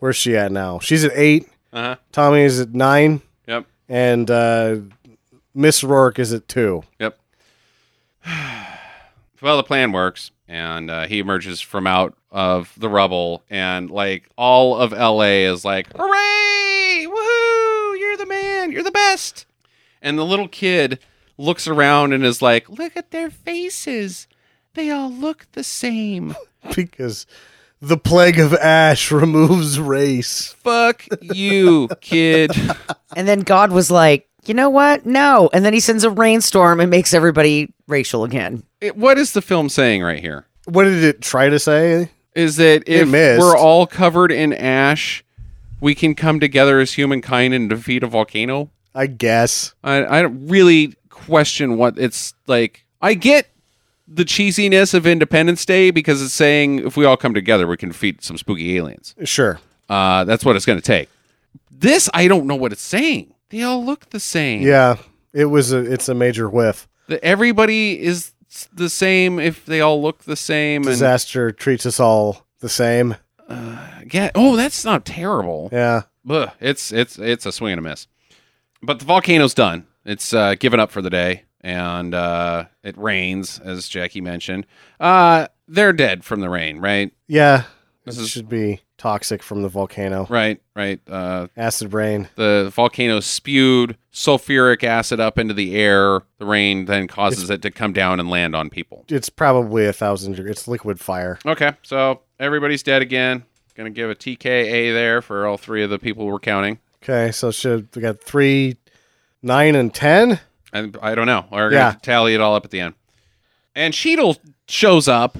D: where's she at now? She's at eight.
A: Uh huh.
D: Tommy is at nine,
A: Yep.
D: and uh Miss Rourke is at two.
A: Yep. well, the plan works, and uh, he emerges from out of the rubble, and like all of LA is like, "Hooray! Woohoo! You're the man! You're the best!" And the little kid looks around and is like, "Look at their faces! They all look the same.
D: because the plague of ash removes race.
A: Fuck you, kid.
C: And then God was like, you know what? No. And then he sends a rainstorm and makes everybody racial again.
A: It- what is the film saying right here?
D: What did it try to say?
A: Is that if
D: missed.
A: we're all covered in ash, we can come together as humankind and defeat a volcano?
D: I guess.
A: I, I don't really question what it's like. I get the cheesiness of Independence Day because it's saying if we all come together, we can defeat some spooky aliens.
D: Sure.
A: Uh, that's what it's going to take. This, I don't know what it's saying. They all look the same.
D: Yeah. It was a it's a major whiff.
A: The- everybody is s- the same if they all look the same. And
D: Disaster treats us all the same.
A: yeah, oh, that's not terrible.
D: Yeah.
A: Ugh, it's it's it's a swing and a miss. But the volcano's done. It's uh, given up for the day, and uh, it rains, as Jackie mentioned. Uh, they're dead from the rain, right?
D: Yeah.
A: This
D: This
A: is-
D: should be toxic from the volcano.
A: Right, right. Uh,
D: Acid rain.
A: the volcano spewed sulfuric acid up into the air. The rain then causes it to come down and land on people.
D: It's probably a thousand degrees. It's liquid fire.
A: Okay, so everybody's dead again. Gonna give a TKA there for all three of the people we're counting.
D: Okay, so should we got three, nine, and ten?
A: I, I don't know. We're
D: Yeah.
A: gonna tally it all up at the end. And Cheadle shows up.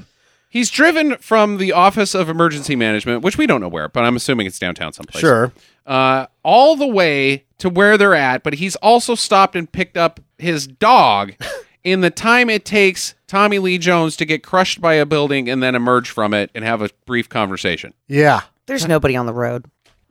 A: He's driven from the Office of Emergency Management, which we don't know where, but I'm assuming it's downtown someplace.
D: Sure.
A: Uh, all the way to where they're at, but he's also stopped and picked up his dog in the time it takes Tommy Lee Jones to get crushed by a building and then emerge from it and have a brief conversation.
D: Yeah.
C: There's nobody on the road.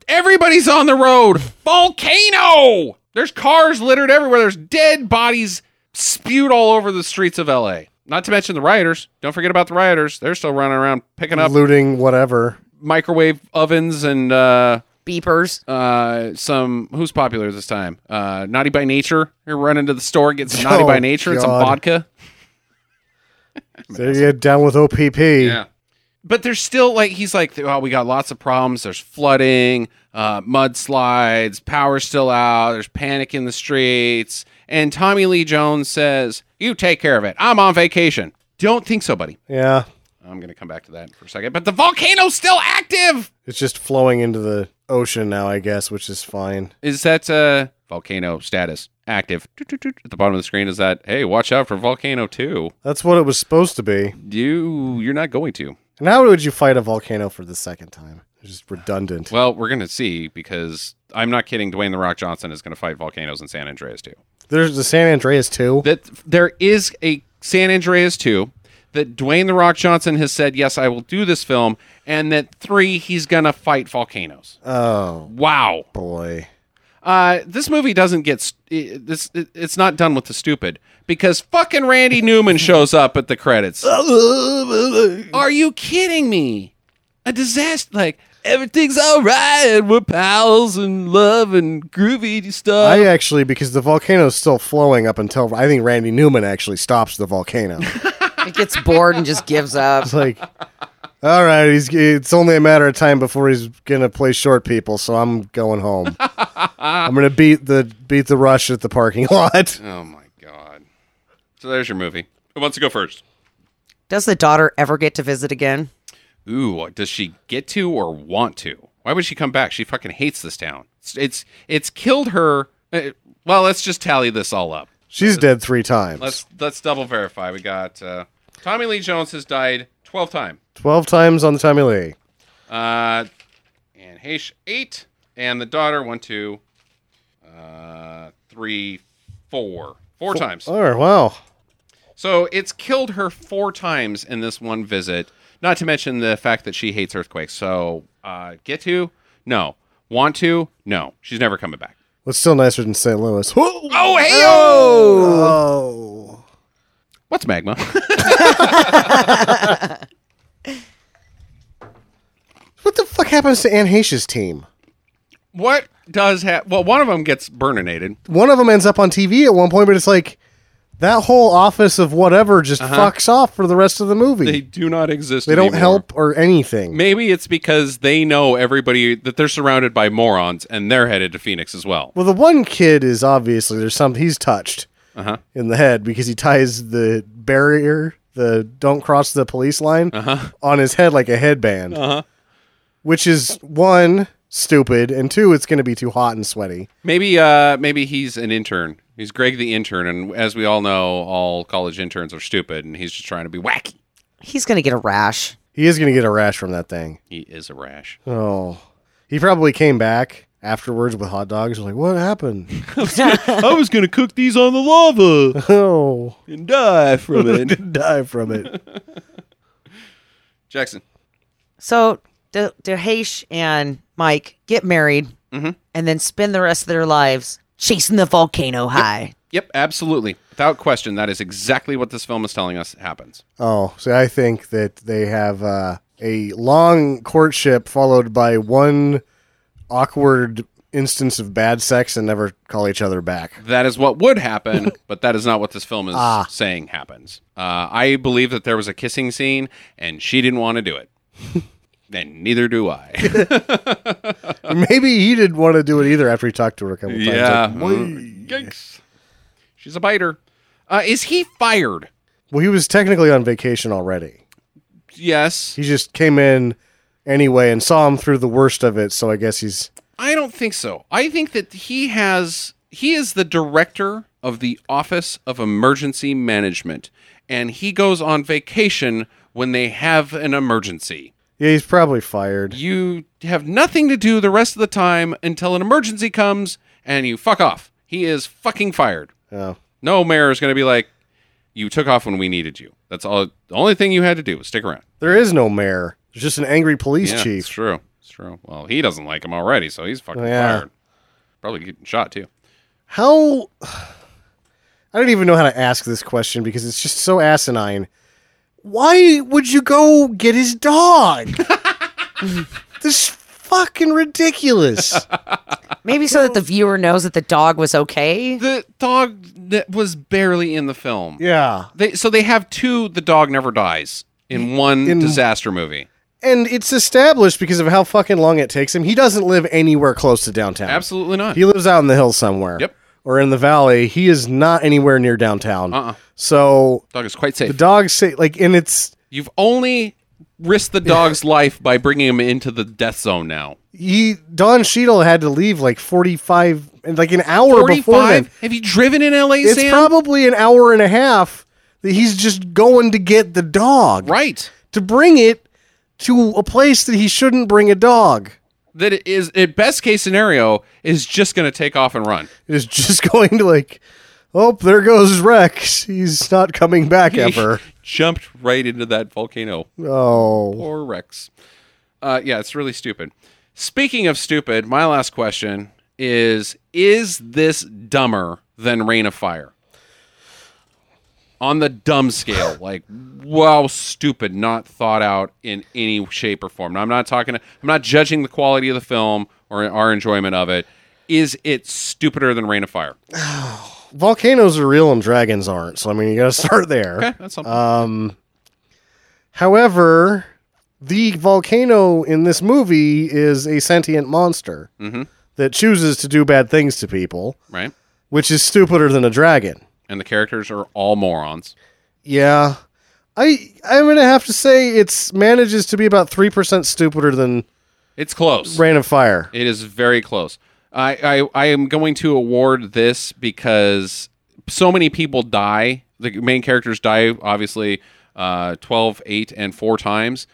A: Everybody's on the road. Volcano. There's cars littered everywhere. There's dead bodies spewed all over the streets of LA. Not to mention the rioters. Don't forget about the rioters. They're still running around picking up
D: Looting whatever.
A: microwave ovens and uh,
C: Beepers.
A: uh, some. Who's popular this time? Uh, Naughty by Nature. You're running to the store, get some Naughty
D: Oh,
A: by Nature and some
D: God.
A: vodka.
D: So you get down with OPP.
A: But there's still like he's like, oh, we got lots of problems. There's flooding, uh, mudslides, power's still out. There's panic in the streets. And Tommy Lee Jones says, "You take care of it. I'm on vacation." Don't think so, buddy.
D: Yeah.
A: I'm gonna come back to that for a second. But the volcano's still active.
D: It's just flowing into the ocean now, I guess, which is fine.
A: Is that uh, volcano status active? Doot, doot, doot. At the bottom of the screen is that, hey, watch out for volcano two.
D: That's what it was supposed to be.
A: You you're not going to.
D: And how would you fight a volcano for the second time? It's just redundant.
A: Well, we're gonna see because I'm not kidding. Dwayne the Rock Johnson is gonna fight volcanoes in San Andreas too.
D: There's the San Andreas too.
A: that there is a San Andreas 2 that Dwayne the Rock Johnson has said, "Yes, I will do this film," and that 3 he's going to fight volcanoes.
D: Oh
A: Wow.
D: boy.
A: Uh this movie doesn't get s- it, this it, it's not done with the stupid because fucking Randy Newman shows up at the credits. Are you kidding me? A disaster like everything's all right. We're pals and love and groovy stuff.
D: I actually because the volcano's still flowing up until I think Randy Newman actually stops the volcano.
C: It gets bored and just gives up.
D: It's like all right, he's it's only a matter of time before he's going to play short people, so I'm going home. I'm going to beat the beat the rush at the parking lot.
A: oh my god. So there's your movie. Who wants to go first?
C: Does the daughter ever get to visit again?
A: Ooh, uh, does she get to or want to? Why would she come back? She fucking hates this town. It's it's, it's killed her. eh, Well, let's just tally this all up.
D: She's dead 3 times.
A: Let's let's double verify. We got uh, Tommy Lee Jones has died twelve times,
D: 12 times on the Tommy Lee.
A: uh, and Haish eight, and the daughter one two, uh, three, four, four times.
D: Oh, wow.
A: So it's killed her four times in this one visit. Not to mention the fact that she hates earthquakes. So uh, get to no, want to no. She's never coming back.
D: What's still nicer than St. Louis?
A: Oh hey
D: Oh.
A: What's magma?
D: What the fuck happens to Anne Heche's team?
A: what does have? Well, one of them gets burninated.
D: One of them ends up on TV at one point, but it's like that whole office of whatever just fucks off for the rest of the movie.
A: Uh-huh. They
D: They,
A: do not exist.
D: don't
A: anymore.
D: help or anything.
A: Maybe it's because they know everybody that they're surrounded by morons, and they're headed to Phoenix as well.
D: Well, the one kid is obviously there's some he's touched
A: Uh huh.
D: in the head because he ties the barrier the don't cross the police line
A: Uh-huh.
D: on his head like a headband, which is one stupid, and two, it's going to be too hot and sweaty.
A: Maybe uh maybe he's an intern. He's Greg the intern, and as we all know, all college interns are stupid, and he's just trying to be wacky.
C: He's gonna get a rash.
D: He is going to get a rash from that thing.
A: He is a rash.
D: Oh, he probably came back afterwards with hot dogs. Like, what happened?
A: I was gonna cook these on the lava
D: oh,
A: and die from it.
D: didn't die from it.
A: Jackson.
C: So De- DeHache and Mike get married
D: Mm-hmm.
C: and then spend the rest of their lives chasing the volcano high.
A: Yep, absolutely. Without question, that is exactly what this film is telling us happens.
D: Oh, so I think that they have uh, a long courtship followed by one awkward instance of bad sex and never call each other back.
A: That is what would happen, but that is not what this film is saying happens. Uh, I believe that there was a kissing scene, and she didn't want to do it. and neither do I.
D: Maybe he didn't want to do it either after he talked to her a couple times.
A: yeah.
D: Like,
A: Yikes. She's a biter. Uh, is he fired?
D: well, he was technically on vacation already.
A: Yes.
D: He just came in anyway and saw him through the worst of it. So I guess he's
A: I don't think so. I think that he has he is the director of the Office of Emergency Management and he goes on vacation when they have an emergency.
D: yeah he's probably fired.
A: You have nothing to do the rest of the time until an emergency comes and you fuck off. He is fucking fired.
D: Oh.
A: No mayor is going to be like you took off when we needed you. That's all the only thing you had to do was stick around.
D: There is no mayor. There's just an angry police
A: yeah, It's
D: chief.
A: true. It's true. Well, he doesn't like him already, so he's fucking
D: Yeah.
A: fired. Probably getting shot too.
D: How I don't even know how to ask this question because it's just so asinine. Why would you go get his dog? this is fucking ridiculous.
C: Maybe so that the viewer knows that the dog was okay.
A: the dog that was barely in the film.
D: yeah.
A: They, so they have two The Dog Never Dies in one disaster movie.
D: And it's established because of how fucking long it takes him. He doesn't live anywhere close to downtown.
A: Absolutely not.
D: He lives out in the hills somewhere.
A: Yep.
D: Or in the valley. He is not anywhere near downtown.
A: Uh-uh.
D: So
A: dog is quite
D: the
A: safe.
D: dogs say like and it's
A: You've only risked the dog's life by bringing him into the death zone now.
D: he Don Cheadle had to leave like forty five like an hour before then.
A: 45? Have you driven in LA,
D: It's
A: Sam?
D: probably an hour and a half that he's just going to get the dog
A: right.
D: to bring it to a place that he shouldn't bring a dog.
A: That it is, at best case scenario, is just going to take off and run.
D: It is just going to like, oh, there goes Rex. He's not coming back ever.
A: Jumped right into that volcano.
D: oh,
A: or Rex. Uh, yeah, it's really stupid. Speaking of stupid, my last question is Is this dumber than Rain of Fire? On the dumb scale, like wow, stupid, not thought out in any shape or form. Now, I'm not talking. I'm not judging the quality of the film or our enjoyment of it. Is it stupider than Rain of Fire?
D: volcanoes are real and dragons aren't. So I mean, you got to start there.
A: Okay, that's something.
D: However, the volcano in this movie is a sentient monster that chooses to do bad things to people,
A: right.
D: which is stupider than a dragon.
A: And the characters are all morons.
D: Yeah. I I'm gonna have to say it's manages to be about three percent stupider than
A: It's close.
D: Rain of Fire.
A: It is very close. I, I, I am going to award this because so many people die. The main characters die, obviously, uh, 12, 8, and 4 times.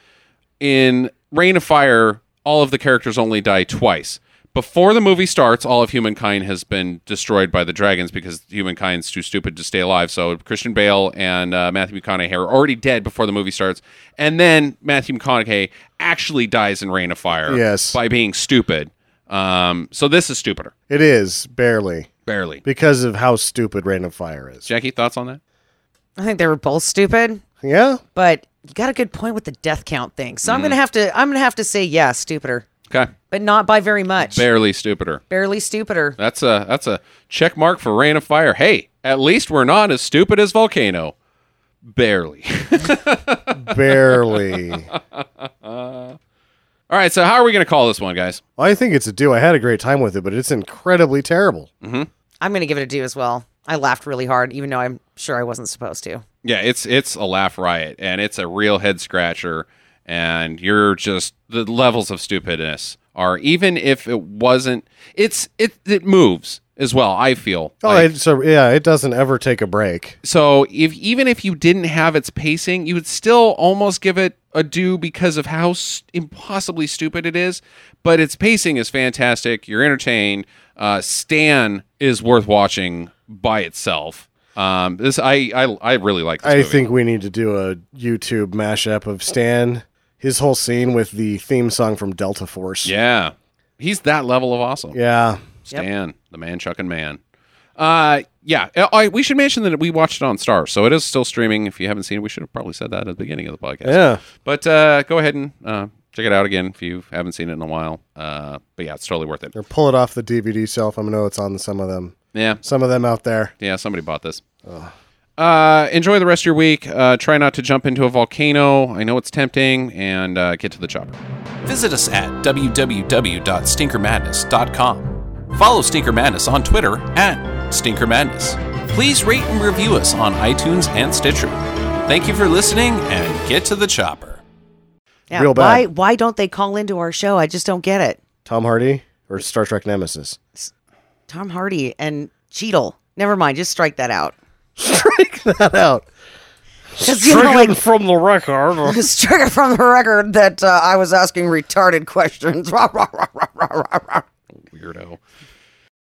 A: In Reign of Fire, all of the characters only die twice. Before the movie starts, all of humankind has been destroyed by the dragons because humankind's too stupid to stay alive. So Christian Bale and uh, Matthew McConaughey are already dead before the movie starts. And then Matthew McConaughey actually dies in Reign of Fire
D: Yes.
A: by being stupid. Um, so this is stupider,
D: It is barely
A: barely.
D: because of how stupid Rain of Fire is.
A: Jackie, thoughts on that?
C: I think they were both stupid,
D: Yeah,
C: but you got a good point with the death count thing. So
D: Mm-hmm.
C: I'm gonna have to I'm gonna have to say yeah, stupider.
A: Okay,
C: But not by very much.
A: barely stupider.
C: Barely stupider.
A: That's a that's a check mark for rain of fire. Hey, at least we're not as stupid as volcano. Barely.
D: barely.
A: All right, so how are we going to call this one, guys?
D: I think it's a do. I had a great time with it, but it's incredibly terrible.
C: I'm gonna give it a do as well. I laughed really hard, even though I'm sure I wasn't supposed to.
A: Yeah, it's it's a laugh riot and it's a real head scratcher and you're just the levels of stupidness are even if it wasn't it's it it moves as well, I feel.
D: Oh,
A: Like,
D: it, so yeah, it doesn't ever take a break.
A: so if even if you didn't have its pacing, you would still almost give it a do because of how s impossibly stupid it is. But its pacing is fantastic. You're entertained. Uh, Stan is worth watching by itself. Um, this I I, I really like. This
D: I
A: movie.
D: think we need to do a YouTube mashup of Stan, his whole scene with the theme song from Delta Force.
A: Yeah, he's that level of awesome.
D: Yeah.
A: Stan, the man chucking man. Uh, yeah. Uh, I, we should mention that we watched it on Star, so it is still streaming. If you haven't seen it, we should have probably said that at the beginning of the podcast.
D: Yeah.
A: But uh, go ahead and uh, check it out again if you haven't seen it in a while. Uh, but yeah, it's totally worth it.
D: Or pull it off the DVD shelf. I know it's on some of them.
A: Yeah,
D: Some of them out there.
A: yeah. Somebody bought this. Uh, enjoy the rest of your week. Uh, try not to jump into a volcano. I know it's tempting, and uh, get to the chopper.
E: Visit us at www.stinkermadness.com. Follow Stinker Madness on Twitter at Stinker Madness. Please rate and review us on iTunes and Stitcher. Thank you for listening and get to the chopper.
C: Yeah,
D: Real bad.
C: Why, why don't they call into our show? I just don't get it.
D: Tom Hardy or Star Trek Nemesis.
C: Tom Hardy and Cheadle. Never mind. Just strike that out.
D: Strike that out.
C: 'Cause, you know, like-
D: from the record.
C: Strike it from the record that uh, I was asking retarded questions. Rah, rah, rah, rah, rah, rah, rah.
A: Weirdo.